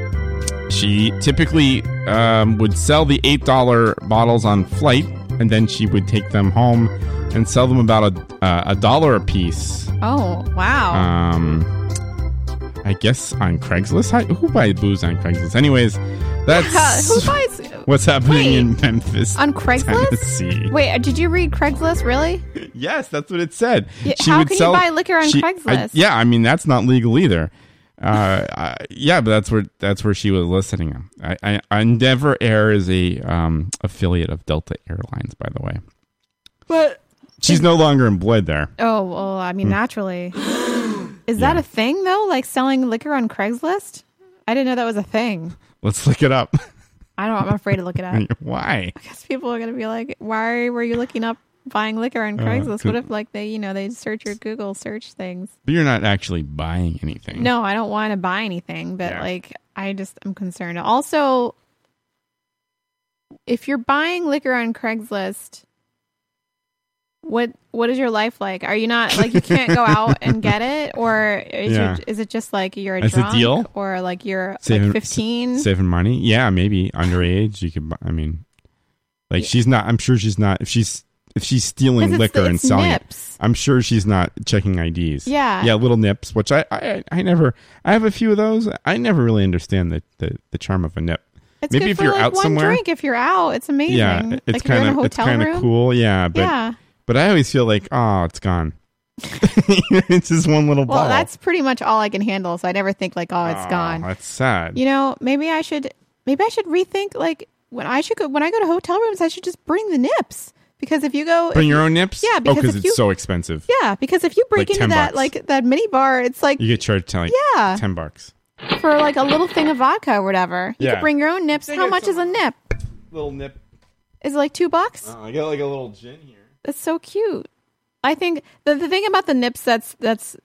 B: she typically um, would sell the eight dollar bottles on flight, and then she would take them home and sell them about a uh, a dollar a piece.
C: Oh wow.
B: Um, I guess on Craigslist. Hi- Who buys booze on Craigslist? Anyways, that's
C: Who buys
B: what's happening in Memphis
C: on Craigslist?
B: Tennessee.
C: Wait, uh, did you read Craigslist? Really?
B: Yes, that's what it said.
C: Yeah, how can you buy liquor on
B: I-
C: Craigslist?
B: yeah, I mean that's not legal either. Uh, I, yeah, but that's where that's where she was listing them. I, I, Endeavor Air is a um, affiliate of Delta Airlines, by the way.
C: But
B: She's no longer employed there.
C: oh, well, I mean,
B: Hmm.
C: naturally. Is that a thing though? Like selling liquor on Craigslist? I didn't know that was a thing.
B: Let's look it up.
C: I don't. I'm afraid to look it
B: Mm.
C: up.
B: Why?
C: Because people are gonna be like, "Why were you looking up buying liquor on
B: Uh,
C: Craigslist?
B: could-
C: what if like they, you know, they search your Google search things?"
B: But you're not actually buying anything.
C: No, I don't want to buy anything, but like I just I'm concerned. Also, if you're buying liquor on Craigslist, what what is your life like? Are you not like you can't go out and get it, or is
B: Yeah.
C: your, is it just like you're a
B: It's a
C: drunk
B: deal?
C: or like you're
B: Saving-
C: like 15?
B: saving money. Yeah, maybe underage. You could. bu- I mean, like she's not. I'm sure she's not. If she's if she's stealing
C: 'Cause it's-
B: liquor and
C: it's
B: selling
C: nips.
B: it, I'm sure she's not checking IDs.
C: Yeah.
B: yeah, little nips. Which I I, I never. I have a few of those. I never really understand the the, the charm of a nip.
C: It's good for like one drink. If you're out, it's amazing.
B: Yeah,
C: like
B: it's
C: if you're in a
B: kind of it's
C: hotel
B: kind of
C: room.
B: cool. Yeah, but
C: Yeah.
B: but I always feel like oh, it's gone. it's just one little
C: Well,
B: ball.
C: that's pretty much all I can handle, so I never think like, oh, it's
B: Oh,
C: gone.
B: That's sad.
C: you know maybe i should maybe i should rethink like when i should go when i go to hotel rooms i should just bring the nips because if you go
B: Bring your own nips.
C: yeah
B: oh,
C: because
B: because
C: if
B: it's
C: you
B: so expensive.
C: yeah because if you break
B: Like
C: into
B: 10
C: that
B: bucks.
C: like that mini bar it's like
B: You get charged to like
C: Yeah.
B: ten bucks.
C: for like a little thing of vodka or whatever you
B: Yeah.
C: could bring your own nips
B: They
C: how
B: got
C: much is a nip
B: Little nip. Uh,
C: is it like two bucks
B: I got like a little gin here.
C: that's so cute i think the, the thing about the nips that's that's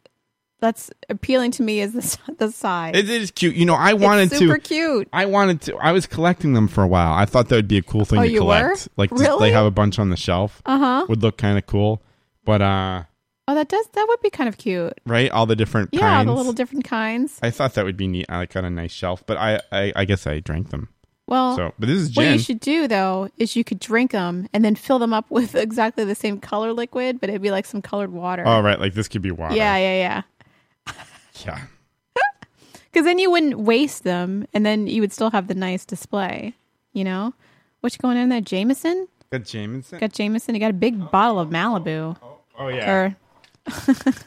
C: that's appealing to me is the s- the size.
B: It is cute. You know, I wanted
C: it's super
B: to.
C: cute.
B: I wanted to. I was collecting them for a while. I thought that would be a cool thing
C: Oh,
B: to
C: you
B: collect.
C: were?
B: Like, just-
C: Really?
B: they have a bunch on the shelf.
C: Uh huh.
B: Would look kind of cool. But uh,
C: Oh, that does that would be kind of cute.
B: right, all the different
C: Yeah,
B: kinds.
C: the little different kinds.
B: I thought that would be neat. I like on a nice shelf. But I, I, I guess I drank them.
C: Oh. Well,
B: so but this is
C: what
B: gin.
C: you should do though is you could drink them and then fill them up with exactly the same color liquid, but it'd be like some colored water.
B: All Oh, right, like this could be water.
C: Yeah, yeah, yeah.
B: Yeah.
C: Because then you wouldn't waste them, and then you would still have the nice display. You know, what you going in there, Jameson?
B: Got Jameson.
C: Got Jameson. You got a big bottle of Malibu.
B: oh, yeah.
C: Or-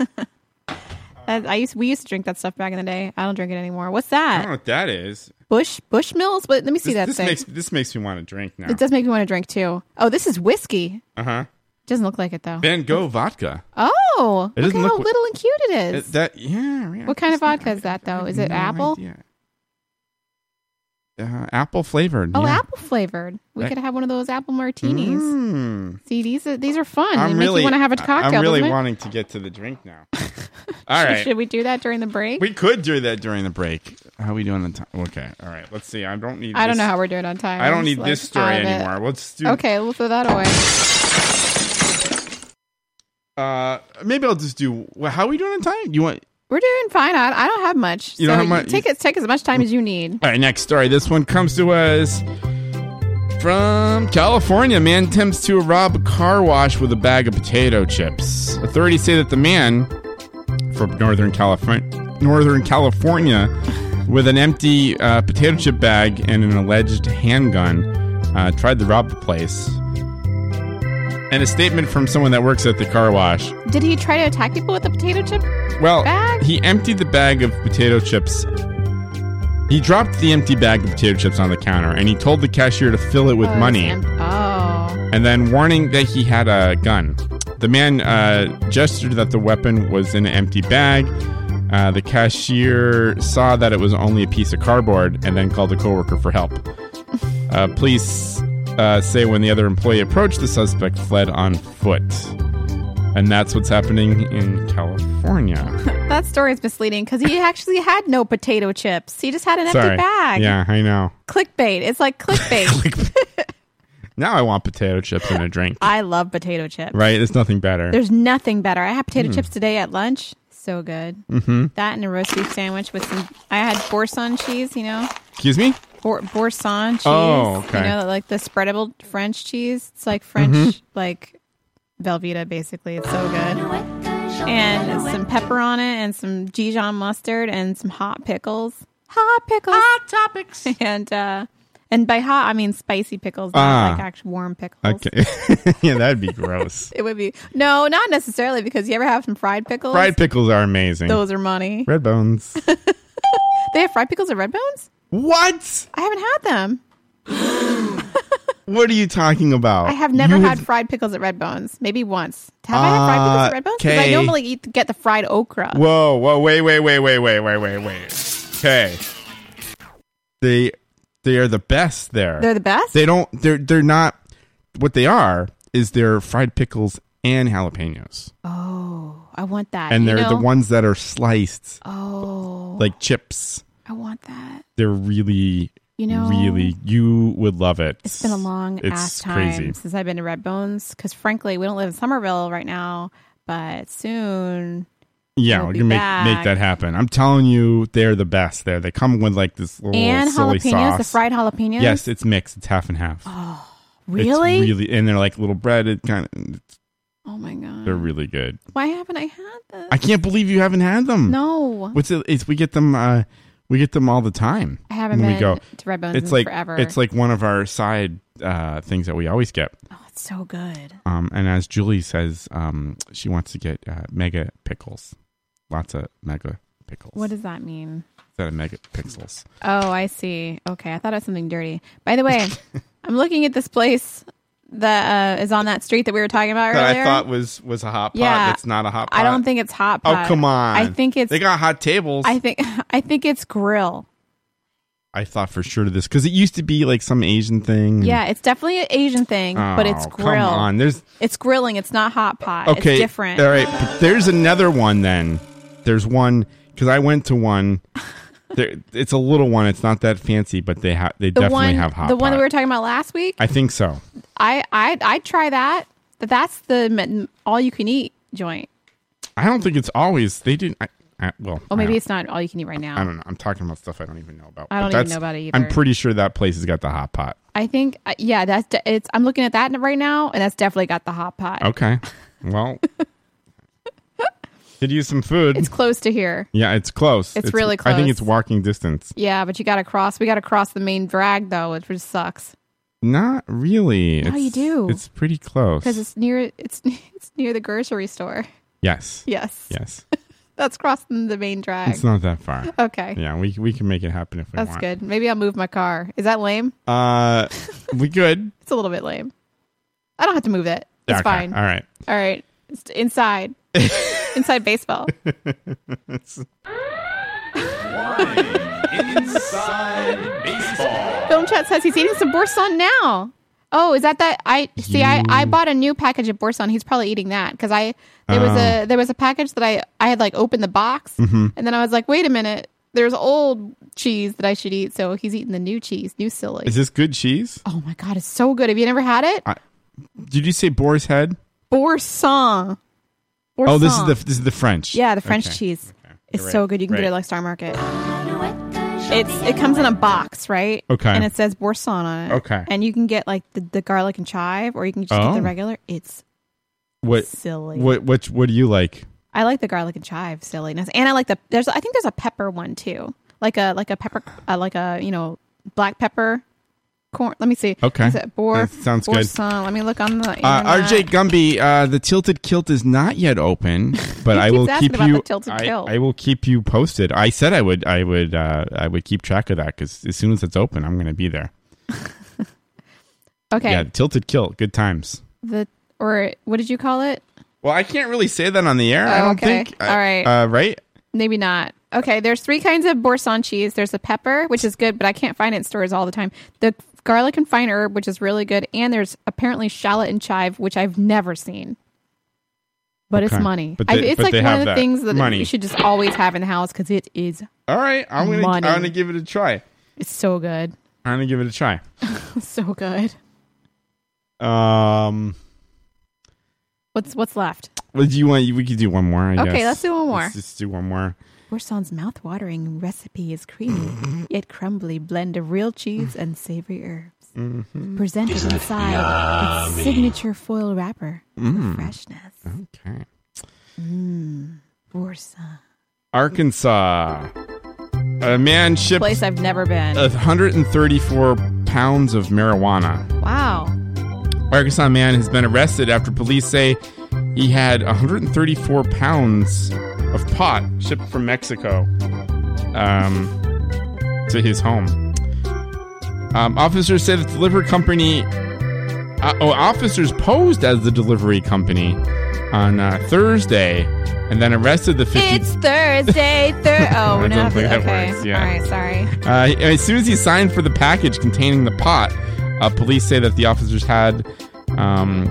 C: That- I used we used to drink that stuff back in the day. I don't drink it anymore. What's
B: I don't know
C: that?
B: what that is.
C: Bush Bushmills. But let me see
B: This,
C: that
B: this
C: thing.
B: makes this makes me want to drink now.
C: It does make me want to drink too. Oh, this is whiskey.
B: Uh huh.
C: Doesn't look like it though.
B: Van Gogh vodka.
C: Oh,
B: It
C: look
B: doesn't
C: how
B: look wh-
C: little and cute it
B: It-
C: is.
B: that yeah. yeah.
C: what kind of vodka is that though? Is it
B: no
C: apple?
B: idea. Uh, apple flavored.
C: Oh,
B: yeah.
C: apple flavored. We
B: That-
C: could have one of those apple martinis.
B: Mm.
C: See, these are these are fun.
B: I'm
C: they make
B: really
C: you want to have a
B: I-
C: cocktail.
B: I'm really
C: doesn't it?
B: wanting to get to the drink now. All right.
C: Should we do that during the break?
B: we could do that during the break. How are we doing on time? Okay. All right. Let's see. I don't need.
C: I don't
B: this-
C: know how we're doing on time.
B: I
C: I'm
B: don't
C: just,
B: need this
C: like,
B: story
C: out of it.
B: anymore. Let's do.
C: Okay, we'll throw that away.
B: Uh, maybe I'll just do. Well, how are we doing on time? You want?
C: We're doing fine. I, I don't have much.
B: You
C: so
B: don't have much-
C: Take, it, take as much time as you need.
B: All right, next story. This one comes to us from California. Man attempts to rob a car wash with a bag of potato chips. Authorities say that the man from Northern California, Northern California, with an empty uh, potato chip bag and an alleged handgun, uh, tried to rob the place. And a statement from someone that works at the car wash.
C: Did he try to attack people with the potato chip?
B: Well,
C: Bag?
B: he emptied the bag of potato chips. He dropped the empty bag of potato chips on the counter and he told the cashier to fill it with
C: Oh, it's
B: money
C: em- Oh.
B: and then warning that he had a gun. The man uh, gestured that the weapon was in an empty bag. Uh, the cashier saw that it was only a piece of cardboard and then called a coworker for help. Uh, police uh, say when the other employee approached, the suspect fled on foot. And that's what's happening in California.
C: That story is misleading because he actually had no potato chips. He just had an empty bag.
B: Yeah, I know.
C: Clickbait. It's like clickbait.
B: Now I want potato chips and a drink.
C: I love potato chips.
B: Right? There's nothing better.
C: There's nothing better. I had potato
B: Hmm.
C: chips today at lunch. So good.
B: hmm
C: That and a roast beef sandwich with some. I had boursin cheese, you know,
B: Excuse me?
C: Bour- boursin cheese.
B: Oh, okay.
C: You know, like the spreadable French cheese. It's like French,
B: Mhm.
C: like Velveeta, basically. It's so good. And some pepper on it, and some Dijon mustard, and some hot pickles. Hot pickles. Hot topics. And uh, and by hot, I mean spicy pickles, not
B: Ah.
C: like actual warm pickles.
B: Okay. yeah, that'd be gross.
C: It would be no, not necessarily because you ever have some fried pickles.
B: Fried pickles are amazing.
C: Those are money.
B: Red bones.
C: They have fried pickles at Red Bones.
B: What?
C: I haven't had them.
B: what are you talking about?
C: I have never
B: You
C: had fried pickles at Red Bones. Maybe once. Have I had fried pickles at Red Bones? Because I
B: Okay.
C: normally eat, get the fried okra.
B: Whoa, whoa, wait, wait, wait, wait, wait, wait, wait, wait. Okay. They they are the best there.
C: They're the best?
B: They don't they're they're not what they are is they're fried pickles and jalapenos.
C: Oh, I want that.
B: and
C: You
B: they're the
C: know?
B: ones that are sliced
C: Oh,
B: like chips.
C: I want that.
B: They're really
C: You know-
B: really you would love it.
C: It's been a long
B: It's
C: ass time
B: crazy.
C: since I've been to Red Bones because, frankly, we don't live in Somerville right now, but soon.
B: Yeah,
C: We'll
B: we
C: be
B: can make
C: back.
B: make that happen. I'm telling you, they're the best. There, they come with like this little
C: and
B: soy
C: jalapenos,
B: Oh, sauce.
C: the fried jalapenos.
B: Yes, it's mixed. It's half and half.
C: Oh,
B: It's
C: really?
B: really, and they're like little breaded kind of.
C: Oh my god.
B: They're really good.
C: Why haven't I had them?
B: I can't believe you haven't had them.
C: No.
B: what's it? It's we get them. uh We get them all the time.
C: I haven't
B: when
C: been to Red Bones
B: It's
C: in
B: like
C: forever.
B: It's like one of our side uh things that we always get.
C: Oh, it's so good.
B: Um, and as Julie says, um, she wants to get uh, mega pickles. Lots of mega pickles.
C: What does that mean?
B: Instead of mega pixels.
C: Oh, I see. Okay, I thought it was something dirty. By the way, I'm looking at this place that uh, is on that street that we were talking about
B: that
C: earlier.
B: I thought was was a hot pot.
C: Yeah.
B: That's not a hot pot.
C: I don't think it's hot
B: Oh
C: pot.
B: come on!
C: I think it's.
B: they got hot tables.
C: I think. I think it's grill.
B: I thought for sure to this because it used to be like some Asian thing.
C: Yeah, it's definitely an Asian thing, but it's
B: Hmm. Oh,
C: grill.
B: Come on, there's
C: It's grilling. It's not hot pot.
B: okay.
C: It's different.
B: All right, but there's another one then there's one because I went to one. There, it's a little one. It's not that fancy, but they have they
C: The
B: definitely
C: one,
B: have hot.
C: the one
B: pot.
C: that we were talking about last week.
B: I think so.
C: I I I try that. But that's the all you can eat joint.
B: I don't think it's always they didn't. I, I, well,
C: Oh, maybe
B: I
C: it's not all you can eat right
B: don't-
C: now.
B: I don't know. I'm talking about stuff I don't even know about.
C: I
B: But
C: don't even
B: that's-
C: know about it
B: I'm
C: either.
B: pretty sure that place has got the hot pot.
C: I think uh, yeah, that's de- it's. I'm looking at that right now, and that's definitely got the hot pot.
B: Okay. Well, could use some food.
C: It's close to here.
B: yeah, it's close.
C: It's really
B: I think it's
C: close.
B: walking distance.
C: Yeah, but you got to cross. We got to cross the main drag though, which just sucks
B: Not really.
C: No,
B: It's-
C: Oh, you do.
B: It's pretty close.
C: because it's near. It's it's near the grocery store.
B: yes.
C: Yes.
B: Yes.
C: That's crossing the main drag.
B: It's not that far.
C: Okay.
B: Yeah, we we can make it happen if we
C: That's
B: want.
C: good. Maybe I'll move my car. Is that lame?
B: Uh, we good.
C: It's a little bit lame. I don't have to move it. It's
B: Okay,
C: fine.
B: All right.
C: All right. It's inside. inside baseball.
F: Inside baseball.
C: Film chat says he's eating some boursin now. Oh, is that that? I see. I, I bought a new package of boursin. He's probably eating that because I there was
B: Oh.
C: a there was a package that I I had like opened the box
B: Mm-hmm.
L: Mhm.
C: and then I was like, wait a minute, there's old cheese that I should eat. So he's eating the new cheese, new silly.
B: Is this good cheese?
C: oh my god, it's so good. Have you never had it?
B: I, did you say boar's head?
C: Boursin.
B: Oh, this is
C: Boursin.
B: the this is the French.
C: Yeah, the French
B: Okay.
C: cheese. It's
B: Right,
C: so good. You can get it
B: right.
C: at like Star Market. It's it comes in a box, right?
B: Okay.
C: And it says boursin on it.
B: Okay.
C: And you can get like the, the garlic and chive, or you can just get
B: Oh.
C: the regular. It's
B: What
C: silly.
B: What what what do you like?
C: I like the garlic and chive silliness, and I like the there's I think there's a pepper one too, like a like a pepper uh, like a you know black pepper corn. Let me see.
B: Okay.
C: Is it bour?
B: That sounds good.
C: boursin. Let me look on the.
B: Uh,
C: internet.
B: RJ Gumby, uh, the Tilted Kilt is not yet open, but
C: He
B: I
C: keeps
B: will
C: asking
B: keep
C: about
B: you.
C: the Tilted
B: I,
C: Kilt.
B: I will keep you posted. I said I would. I would. Uh, I would keep track of that because as soon as it's open, I'm going to be there.
C: Okay.
B: Yeah, Tilted Kilt. Good times.
C: The or what did you call it?
B: Well, I can't really say that on the air. I
C: Oh,
B: don't
C: okay.
B: think.
C: All right.
B: Uh, right.
C: Maybe not. Okay, there's three kinds of boursin cheese. There's the pepper, which is good, but I can't find it in stores all the time. The garlic and fine herb, which is really good, and there's apparently shallot and chive, which I've never seen. But
B: Okay.
C: it's money.
B: But
C: I-
B: they-
C: it's
B: but
C: like
B: they
C: one
B: have
C: of the
B: that.
C: things that
B: Money.
C: you should just always have in the house because it is
B: All right. I'm gonna.
C: Money.
B: I'm gonna give it a try.
C: it's so good,
B: I'm gonna give it a try.
C: so good.
B: Um.
C: What's what's left?
B: Well, do you want? We could do one more. I
C: Okay,
B: guess.
C: let's do one more.
B: Let's just do one more.
C: Boursin's mouth-watering recipe is
B: Mm-hmm.
C: creamy yet crumbly blend of real cheese and savory herbs,
B: Mhm.
C: presented inside its
B: yummy?
C: signature foil wrapper.
B: Mm.
C: Freshness.
B: Okay.
C: Mmm. Boursin.
B: Arkansas. A man shipped
C: Place I've never been.
B: Uh, 134 pounds of marijuana.
C: wow.
B: Arkansas man has been arrested after police say he had 134 pounds of pot shipped from Mexico um, to his home. Um, officers said that the delivery company. Uh, oh, officers posed as the delivery company on uh, Thursday and then arrested the 50
C: It's Thursday. Thur- oh,
B: I
C: we're
B: don't
C: not.
B: think that
C: okay.
B: works, yeah.
C: All right. Sorry.
B: Uh, as soon as he signed for the package containing the pot, uh, police say that the officers had um,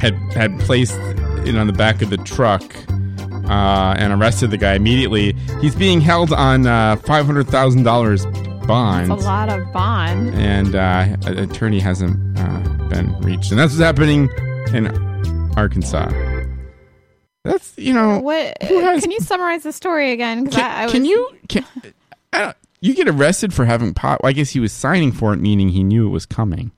B: had had placed it on the back of the truck uh, and arrested the guy immediately. He's being held on uh, five hundred thousand dollars
C: It's a
B: bond,
C: lot of bond.
B: and uh, an attorney hasn't uh, been reached. And that's what's happening in Arkansas. That's you know
C: What? can you summarize the story again? 'Cause I, I
B: can
C: was-
B: you can, I don't, you get arrested for having pot? Well, I guess he was signing for it, meaning he knew it was coming.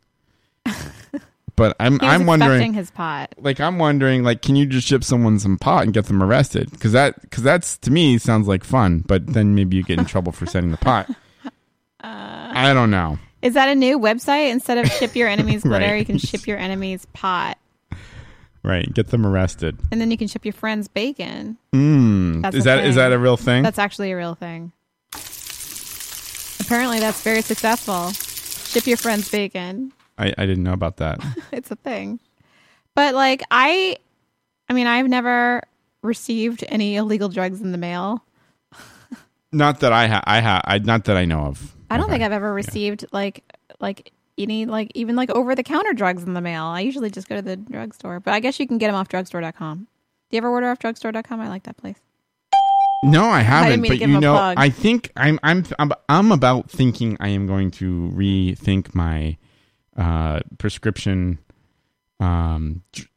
B: But I'm
C: He was
B: I'm wondering,
C: expecting his pot.
B: like I'm wondering, like can you just ship someone some pot and get them arrested? Because that because that's to me sounds like fun. But then maybe you get in trouble for sending the pot. I don't know.
C: Is that a new website? Instead of ship your enemies glitter,
B: Right.
C: you can ship your enemies pot,
B: Right, get them arrested.
C: and then you can ship your friends bacon.
B: Mm.
C: That's
B: Is
C: a
B: that is
C: thing.
B: that a real thing?
C: That's actually a real thing. Apparently, that's very successful. Ship your friends bacon.
B: I I didn't know about that.
C: it's a thing. But like I I mean I've never received any illegal drugs in the mail.
B: not that I ha I ha I not that I know of.
C: I don't think I've ever received like like any like even like over the counter drugs in the mail. I usually just go to the drugstore, but I guess you can get them off drugstore.com. Do you ever order off drugstore.com? I like that place.
B: No, I haven't.
L: mean to
B: but
L: give
B: you
L: him a
B: know,
L: plug.
B: I think I'm I'm I'm I'm about thinking I am going to rethink my uh, prescription um, dr-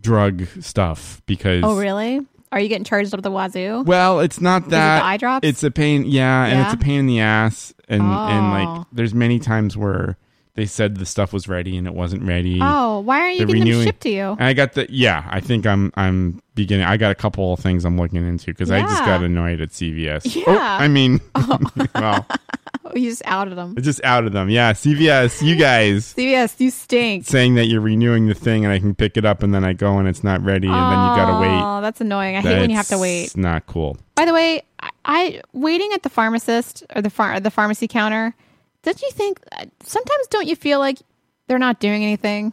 B: drug stuff because
C: Oh, really? Are you getting charged up the wazoo?
B: Well, it's not
C: Is it
B: that
C: the eye drops?
B: It's a pain, yeah, and it's a
C: Yeah?
B: pain in the ass, and and
C: Oh.
B: like there's many times where they said the stuff was ready and it wasn't ready.
C: Oh, why aren't you
B: They're
C: getting them
B: renewing-
C: shipped to you?
B: And I got the yeah. I think I'm I'm beginning. I got a couple of things I'm looking into because I just
C: Yeah.
B: got annoyed at CVS.
C: Yeah.
B: Oh, I mean, well,
C: Oh, you just outed them.
B: it just outed them. Yeah, CVS, you guys
C: CVS, you stink.
B: saying that you're renewing the thing and I can pick it up and then I go and it's not ready and then you gotta wait.
C: Oh, that's annoying. I hate when you have to
B: That's
C: wait.
B: Not cool.
C: By the way, I, I waiting at the pharmacist or the phar- the pharmacy counter. Don't you think sometimes don't you feel like they're not doing anything?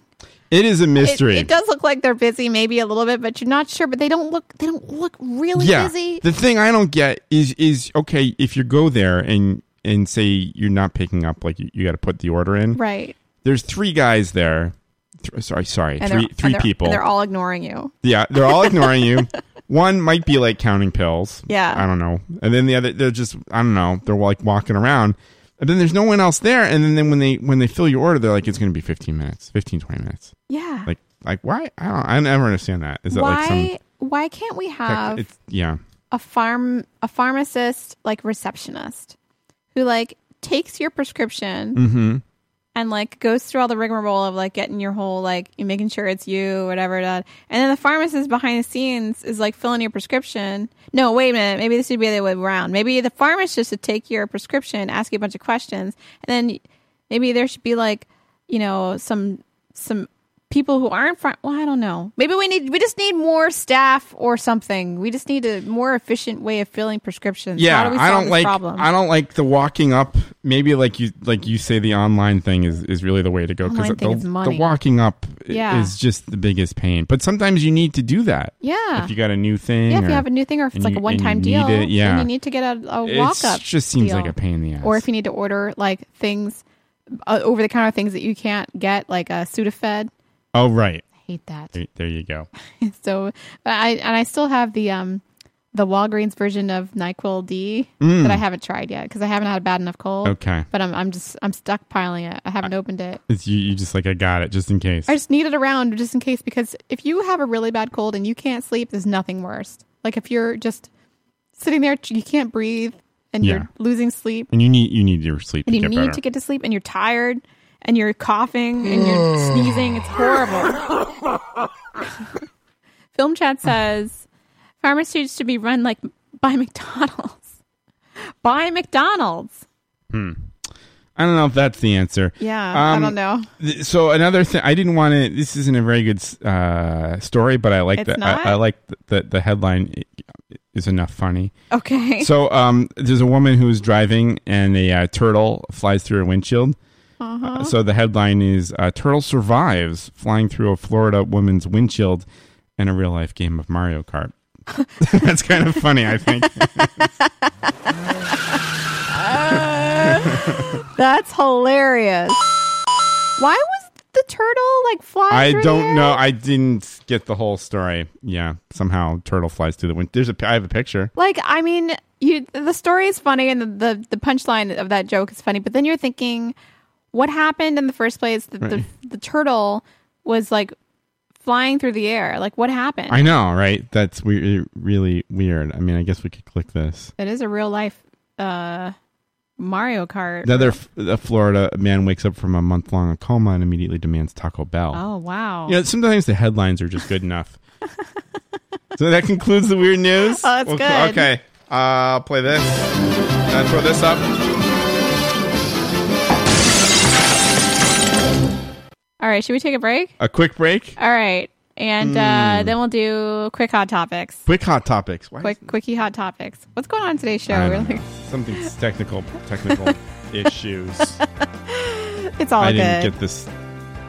B: It is a
C: It-
B: mystery.
C: It, does look like they're busy, maybe a little bit, but you're not sure. But they don't look they don't look really busy.
B: The thing I don't get is is okay if you go there and and say you're not picking up, like you, you got to put the order in.
C: Right.
B: There's three guys there. Th- sorry, sorry,
C: And
B: three
C: they're,
B: three
C: and they're-
B: people.
C: And they're all ignoring you.
B: yeah, they're all ignoring you. One might be like counting pills.
C: Yeah.
B: I don't know. And then the other, they're just I don't know. They're like walking around. And then there's no one else there. And then, then when they when they fill your order, they're like, it's going to be 15 minutes, 15, 20 minutes.
C: Yeah.
B: Like like why? I don't. I never understand that. Is that
C: why uh,
B: like some? tech-
C: why can't we have
B: it's, yeah.
C: a farm a pharmacist like receptionist who like takes your prescription
B: Mm-hmm.
C: and like goes through all the rigmarole of like getting your whole like you making sure it's you whatever that and then the pharmacist behind the scenes is like filling your prescription no wait a minute maybe this should be the other way around maybe the pharmacist should take your prescription ask you a bunch of questions and then maybe there should be like you know some some people who aren't front well i don't know maybe we need we just need more staff or something we just need a more efficient way of filling prescriptions How
B: yeah
C: do we
B: i
C: solve
B: don't
C: this
B: like
C: problem?
B: i don't like the walking up maybe like you like you say the online thing is is really the way to go
C: Online thing
B: the,
C: is
B: the
C: money.
B: walking up i-
C: Yeah.
B: is just the biggest pain but sometimes you need to do that
C: Yeah.
B: if you got a new thing
C: Yeah, if
B: or-
C: you have a new thing or if
B: and
C: it's like
B: you-
C: a
B: and
C: one time
B: you need
C: deal,
B: it, yeah
C: then you need to get a, a
B: It's
C: walk up.
B: just seems like a pain in the ass.
C: Or if you need to order like things, uh, over the counter things that you can't get, like a Sudafed.
B: oh right
C: I hate that.
B: there, there you go
C: so, but I and I still have the um the Walgreens version of Nyquil D
B: Mm.
C: that I haven't tried yet because I haven't had a bad enough cold.
B: Okay.
C: but I'm I'm just I'm stuck piling it. I haven't opened it.
B: it's you you just like i got it just in case
C: I just need it around just in case because if you have a really bad cold and you can't sleep, there's nothing worse. Like if you're just sitting there, you can't breathe and
B: Yeah.
C: you're losing sleep
B: and you need you need your sleep
C: and
B: to
C: you
B: get
C: need
B: better
C: to get to sleep and you're tired and you're coughing and you're sneezing. It's horrible. Film chat says pharmacies should be run like by McDonald's. by McDonald's.
B: hmm. i don't know if that's the answer
C: Yeah,
B: Um,
C: I don't know.
B: Th- so another thing i didn't want to this isn't a very good uh story but i like
C: It's
B: that
C: not?
B: I, I like the, the the headline i- is enough funny
C: Okay.
B: so um there's a woman who's driving and a uh, turtle flies through her windshield Uh,
C: Uh-huh.
B: so the headline is uh, turtle survives flying through a florida woman's windshield in a real life game of mario kart that's kind of funny i think
C: That's hilarious. Why was the turtle like flying?
B: I
C: through
B: don't
C: the air?
B: know. I didn't get the whole story. Yeah, somehow turtle flies through the window. There's a. I have a picture.
C: Like, I mean, you the story is funny and the, the the punchline of that joke is funny, but then you're thinking, what happened in the first place? That
B: Right.
C: the the turtle was like flying through the air. Like, what happened?
B: I know, right? That's we- really weird. I mean, I guess we could click this.
C: It is a real life uh, Mario Kart.
B: Another f- a Florida man wakes up from a month long coma and immediately demands Taco Bell.
C: oh wow.
B: You know, sometimes the headlines are just good enough. so that concludes the weird news.
C: Oh, that's good.
B: Okay, uh, I'll play this. Can I throw this up?
C: All right, should we take a break?
B: A quick break.
C: All right, and uh,
B: Mm.
C: then we'll do quick hot topics.
B: Quick hot topics. Why
C: Quick, quickie hot topics. What's going on in today's show?
B: I
C: We're
B: don't know.
C: like-
B: Something's technical technical issues.
C: it's all
B: I
C: good.
B: didn't get this.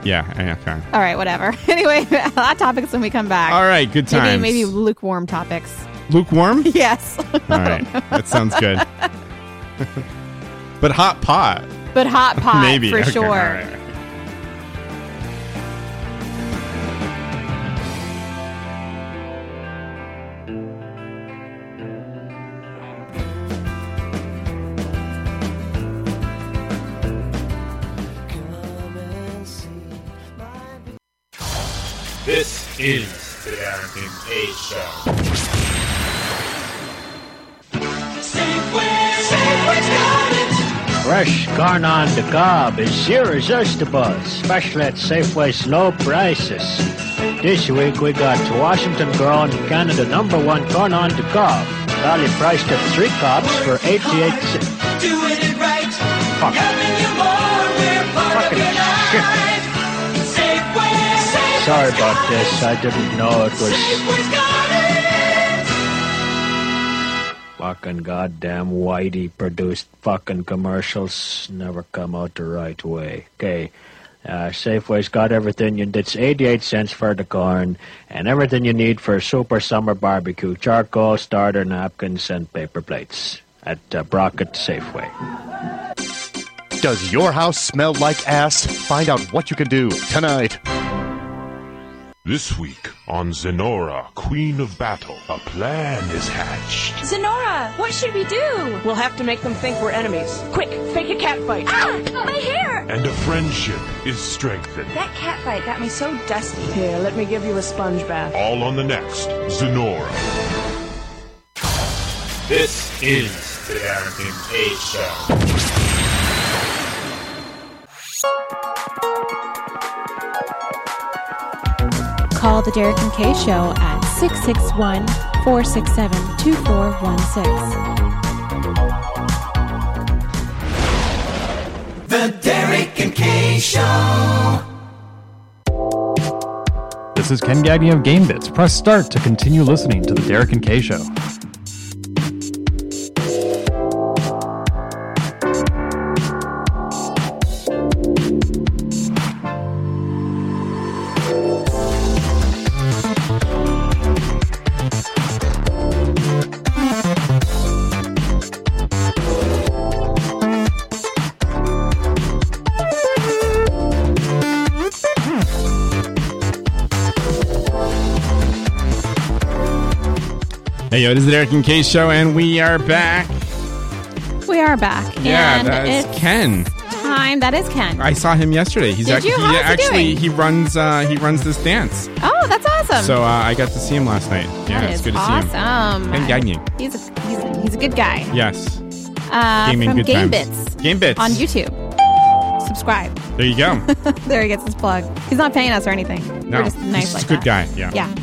B: Yeah. I- Okay.
C: All right, whatever. Anyway, hot topics when we come back.
B: All right. Good times.
C: Maybe, maybe lukewarm topics.
B: lukewarm.
C: Yes.
B: All right. That sounds good. but hot pot.
C: But hot pot
B: Maybe.
C: for
B: Okay,
C: sure.
B: all right.
F: This is the Derek and Kay Show.
L: Fresh Garnon de Gob is irresistible, especially at Safeway's low prices. This week we got Washington grown Canada number one Garnon de Gob, value priced at three cups for 88 cents.
A: Doing it right.
L: Fuck.
A: Loving you more. We're part of your life. Safeway. Safeway.
L: Sorry about this, I didn't know it was fucking goddamn Whitey produced fucking commercials. Never come out the right way. Okay. Uh, Safeway's got everything you It's 88 cents for the corn and everything you need for a super summer barbecue charcoal, starter, napkins, and paper plates at uh, Brockett Safeway.
M: Does your house smell like ass? Find out what you can do tonight.
N: This week on Zenora, Queen of Battle, a plan is hatched.
O: Zenora, what should we do? We'll have to make them think we're enemies. Quick, fake a cat fight. Ah, my hair!
N: And a friendship is strengthened.
O: That cat fight got me so dusty. Here, let me give you a sponge bath.
N: All on the next Zenora.
F: This is the Derek and Kay Show.
J: Call the Derek and Kay Show at 661 467 2416.
A: The Derek and Kay Show.
P: This is Ken Gagne of Game Bits. Press start to continue listening to the Derek and Kay Show.
B: Hey, yo, this is the Eric and Kay Show, and we are back.
C: We are back.
B: Yeah,
C: and
B: that is
C: it's
B: Ken.
C: time. That is Ken.
B: I saw him yesterday. He's
C: Did
B: act-
C: you?
B: he
C: How's he
B: actually
C: doing?
B: he runs uh, he runs this dance.
C: Oh, that's awesome.
B: So uh, I got to see him last night. Yeah,
C: That
B: it's
C: is
B: good to see him.
C: awesome.
B: Ken Gagne.
C: He's a, he's, a, he's a good guy.
B: Yes.
C: Uh,
B: Gaming
C: from
B: good
C: Game
B: times.
C: Bits.
B: Game Bits.
C: On YouTube. Subscribe.
B: There you go.
C: there he gets his plug. He's not paying us or anything.
B: No,
C: We're just
B: he's
C: nice
B: just
C: like
B: a good guy,
C: that.
B: yeah.
C: Yeah.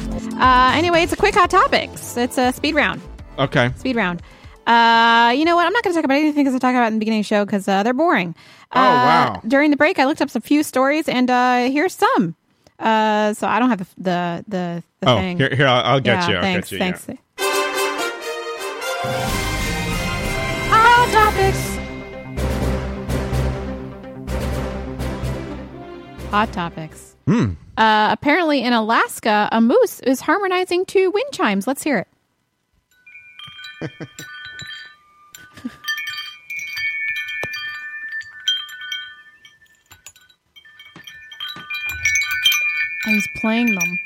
C: Uh, anyway, it's a quick hot topics. It's a speed round.
B: Okay.
C: Speed round. Uh, you know what? I'm not going to talk about anything as I talk about in the beginning of the show because uh, they're boring. Oh
B: wow.
C: During the break, I looked up some few stories, and uh, here's some. Uh, so I don't have the the the, the
B: Oh,
C: thing.
B: here, here I'll, I'll get
C: Yeah,
B: you. I'll
C: thanks,
B: get you.
C: thanks.
B: yeah.
C: Hot topics. Hot topics.
B: Hmm.
C: Uh, apparently, in Alaska, a moose is harmonizing two wind chimes. Let's hear it. And He's playing them.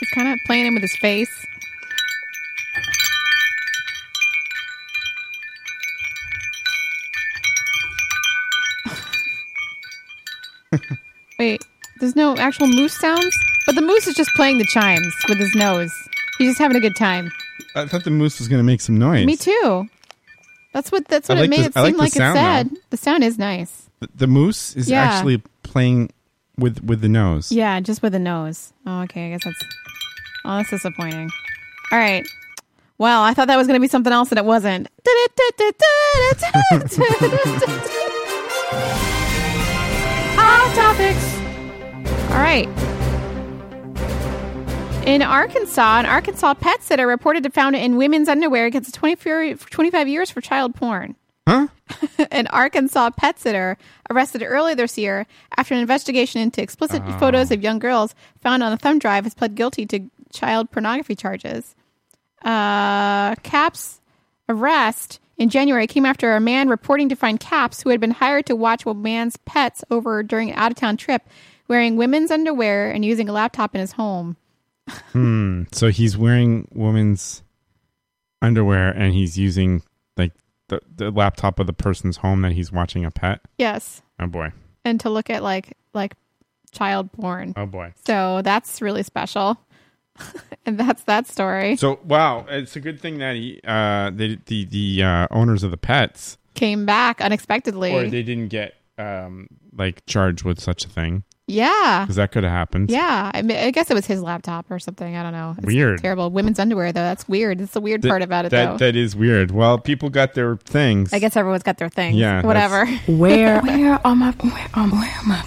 C: He's kind of playing them with his face. Wait, there's no actual moose sounds? But the moose is just playing the chimes with his nose. He's just having a good time.
B: I thought the moose was going to make some noise.
C: Me too. That's what that's
B: I
C: what it
B: like
C: made
B: the-
C: it
B: I like
C: seem
B: the
C: like, it
B: sound,
C: said. The sound is nice.
B: The, the moose is
C: Yeah.
B: actually playing with with the nose.
C: Yeah, just with the nose. Oh, okay. I guess that's. Oh, that's disappointing. All right. Well, I thought that was going to be something else, and it wasn't. Hot topics. All right. In Arkansas, an Arkansas pet sitter reported to found in women's underwear gets 24 25 years for child porn.
B: Huh?
C: an Arkansas pet sitter arrested earlier this year after an investigation into explicit
Q: Oh.
C: photos of young girls found on a thumb drive has pled guilty to child pornography charges. Uh, Cap's arrest in January came after a man reporting to find Caps, who had been hired to watch a man's pets over during an out of town trip, wearing women's underwear and using a laptop in his home.
B: Hmm. So he's wearing woman's underwear and he's using like the, the laptop of the person's home that he's watching a pet.
C: Yes.
B: Oh boy.
C: and to look at like like child born.
B: Oh, boy.
C: So that's really special. and that's that story.
B: So wow, it's a good thing that he, uh, the the the uh, owners of the pets
C: Came back unexpectedly.
B: or they didn't get um like charged with such a thing
C: yeah.
B: because that could have happened.
C: Yeah, I, mean, I guess it was his laptop or something. I don't know. It's
B: Weird.
C: terrible. Women's underwear though. That's weird. That's the weird
B: That-
C: part about it
B: that
C: though.
B: that is weird. Well, people got their things.
C: I guess everyone's got their thing.
B: Yeah,
C: Whatever.
B: that's-
C: Where?
Q: Where are my where are, where are my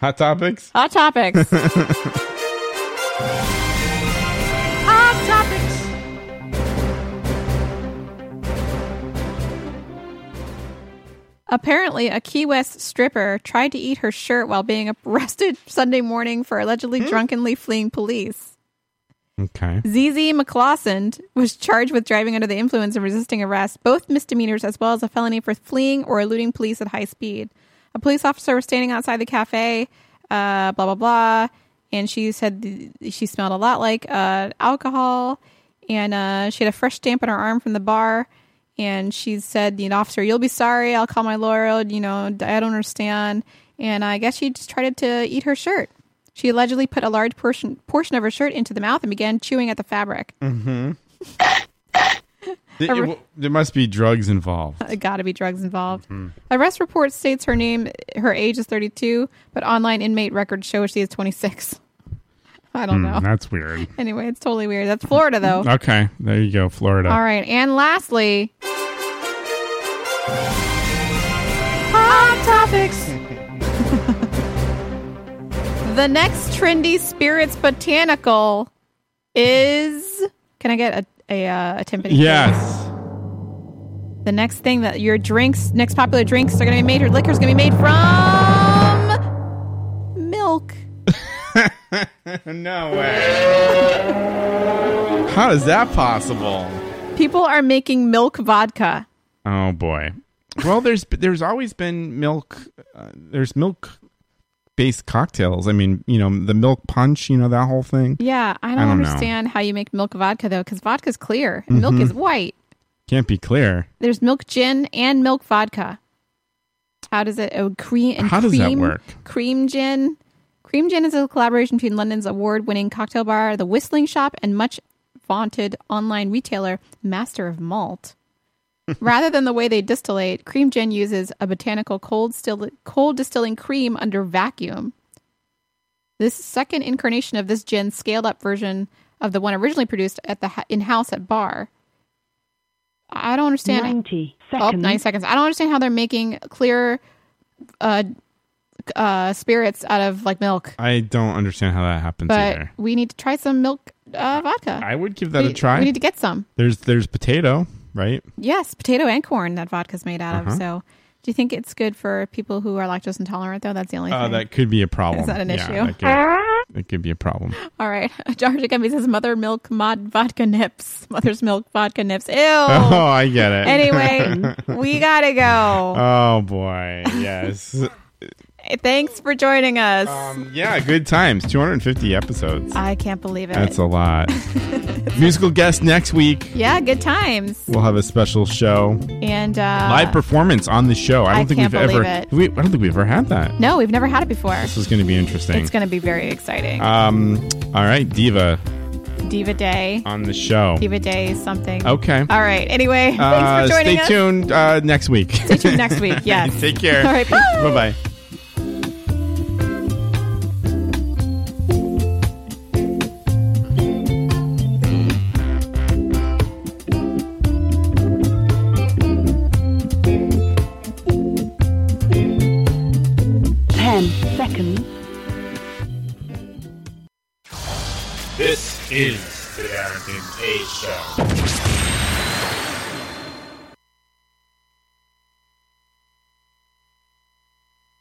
B: Hot topics.
C: Hot topics.
K: Hot topics.
C: Apparently, a Key West stripper tried to eat her shirt while being arrested Sunday morning for allegedly
B: Hmm.
C: drunkenly fleeing police.
B: Okay.
C: ZZ McClawson was charged with driving under the influence and resisting arrest, both misdemeanors, as well as a felony for fleeing or eluding police at high speed. A police officer was standing outside the cafe, uh, blah, blah, blah, and she said th- she smelled a lot like uh, alcohol, and uh, she had a fresh stamp on her arm from the bar. And she said, you know, officer, you'll be sorry. I'll call my lawyer. You know, I don't understand. And I guess she just tried to eat her shirt. She allegedly put a large portion portion of her shirt into the mouth and began chewing at the fabric.
B: Mm-hmm.
C: Are we-
B: there must be drugs involved.
C: Uh, Gotta be drugs involved.
B: Mhm.
C: Arrest report states her name, her age is 32, but online inmate records show she is 26. I
B: Hmm,
C: don't know.
B: That's weird.
C: Anyway, it's totally weird. That's Florida, though.
B: Okay, there you go, Florida.
C: All right. And lastly,
K: Hot topics.
C: the next trendy spirits botanical is. Can I get a a, uh, a timpani?
B: Yes.
C: The next thing that your drinks, next popular drinks are going to be made, or liquor's going to be made from milk.
B: no way. How is that possible?
C: People are making milk vodka.
B: Oh boy. Well, there's there's always been milk. Uh, there's milk based cocktails. I mean, you know, the milk punch. You know that whole thing.
C: Yeah, I don't,
B: I don't know.
C: understand how you make milk vodka though, because vodka's clear and
B: Mhm.
C: milk is white.
B: Can't be clear.
C: There's milk gin and milk vodka. How does it? Oh, cream and
B: How does
C: cream,
B: that work?
C: Cream gin. Cream gin is a collaboration between London's award-winning cocktail bar, The Whistling Shop, and much vaunted online retailer Master of Malt. Rather than the way they distillate, cream gin uses a botanical cold still cold distilling cream under vacuum. This second incarnation of this gin scaled up version of the one originally produced at the in house at bar. I don't understand.
R: 90
C: Oh,
R: seconds.
C: 90 seconds. I don't understand how they're making clear uh, uh, spirits out of like milk.
B: I don't understand how that happens
C: But
B: either.
C: we need to try some milk uh, vodka.
B: I would give that
C: we,
B: a try.
C: We need to get some.
B: There's there's potato, right?
C: Yes, potato and corn that vodka's made out
B: Uh-huh.
C: of. So, do you think it's good for people who are lactose intolerant? Though that's the only
B: Uh,
C: thing.
B: that could be a problem.
C: Is that an
B: Yeah,
C: issue?
B: That could, that could be a problem.
C: All right, Georgia Gumby says mother milk mod vodka nips. Mother's milk vodka nips. Ew.
B: Oh, I get it.
C: Anyway, we gotta go.
B: Oh boy, yes. Um,
C: Thanks for joining us.
B: yeah, good times. 250 episodes.
C: I can't believe it.
B: That's a lot. Musical guest next week.
C: yeah, good times.
B: We'll have a special show,
C: And uh,
B: live performance on the show. I
C: I
B: don't think
C: can't
B: we've ever.
C: believe it.
B: We, I don't think we've ever had that.
C: No, we've never had it before.
B: This is going to be interesting.
C: It's going to be very exciting.
B: um. All right, Diva
C: Diva Day.
B: on the show.
C: Diva Day is something.
B: uh, Okay.
C: All right. Anyway,
B: Uh,
C: thanks for joining
B: stay
C: us.
B: tuned uh, next week. Stay
C: tuned next week, yes.
B: Take care.
C: All right, bye.
B: Bye bye.
R: Ten seconds.
F: This is the Darren King K Show.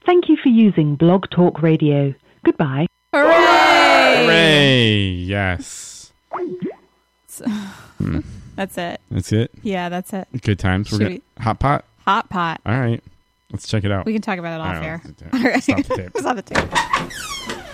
R: Thank you for using Blog Talk Radio. Goodbye.
C: Hooray!
B: Hooray! Yes.
C: So-
B: Hmm.
C: That's it.
B: That's it.
C: Yeah, that's it.
B: Good times. We're
C: Should
B: gonna hot pot.
C: Hot pot.
B: All right. Let's check it out.
C: We can talk about it
B: I
C: off
B: don't
C: air.
B: know.
C: All right.
B: Stop the tape.
C: Stop the tape.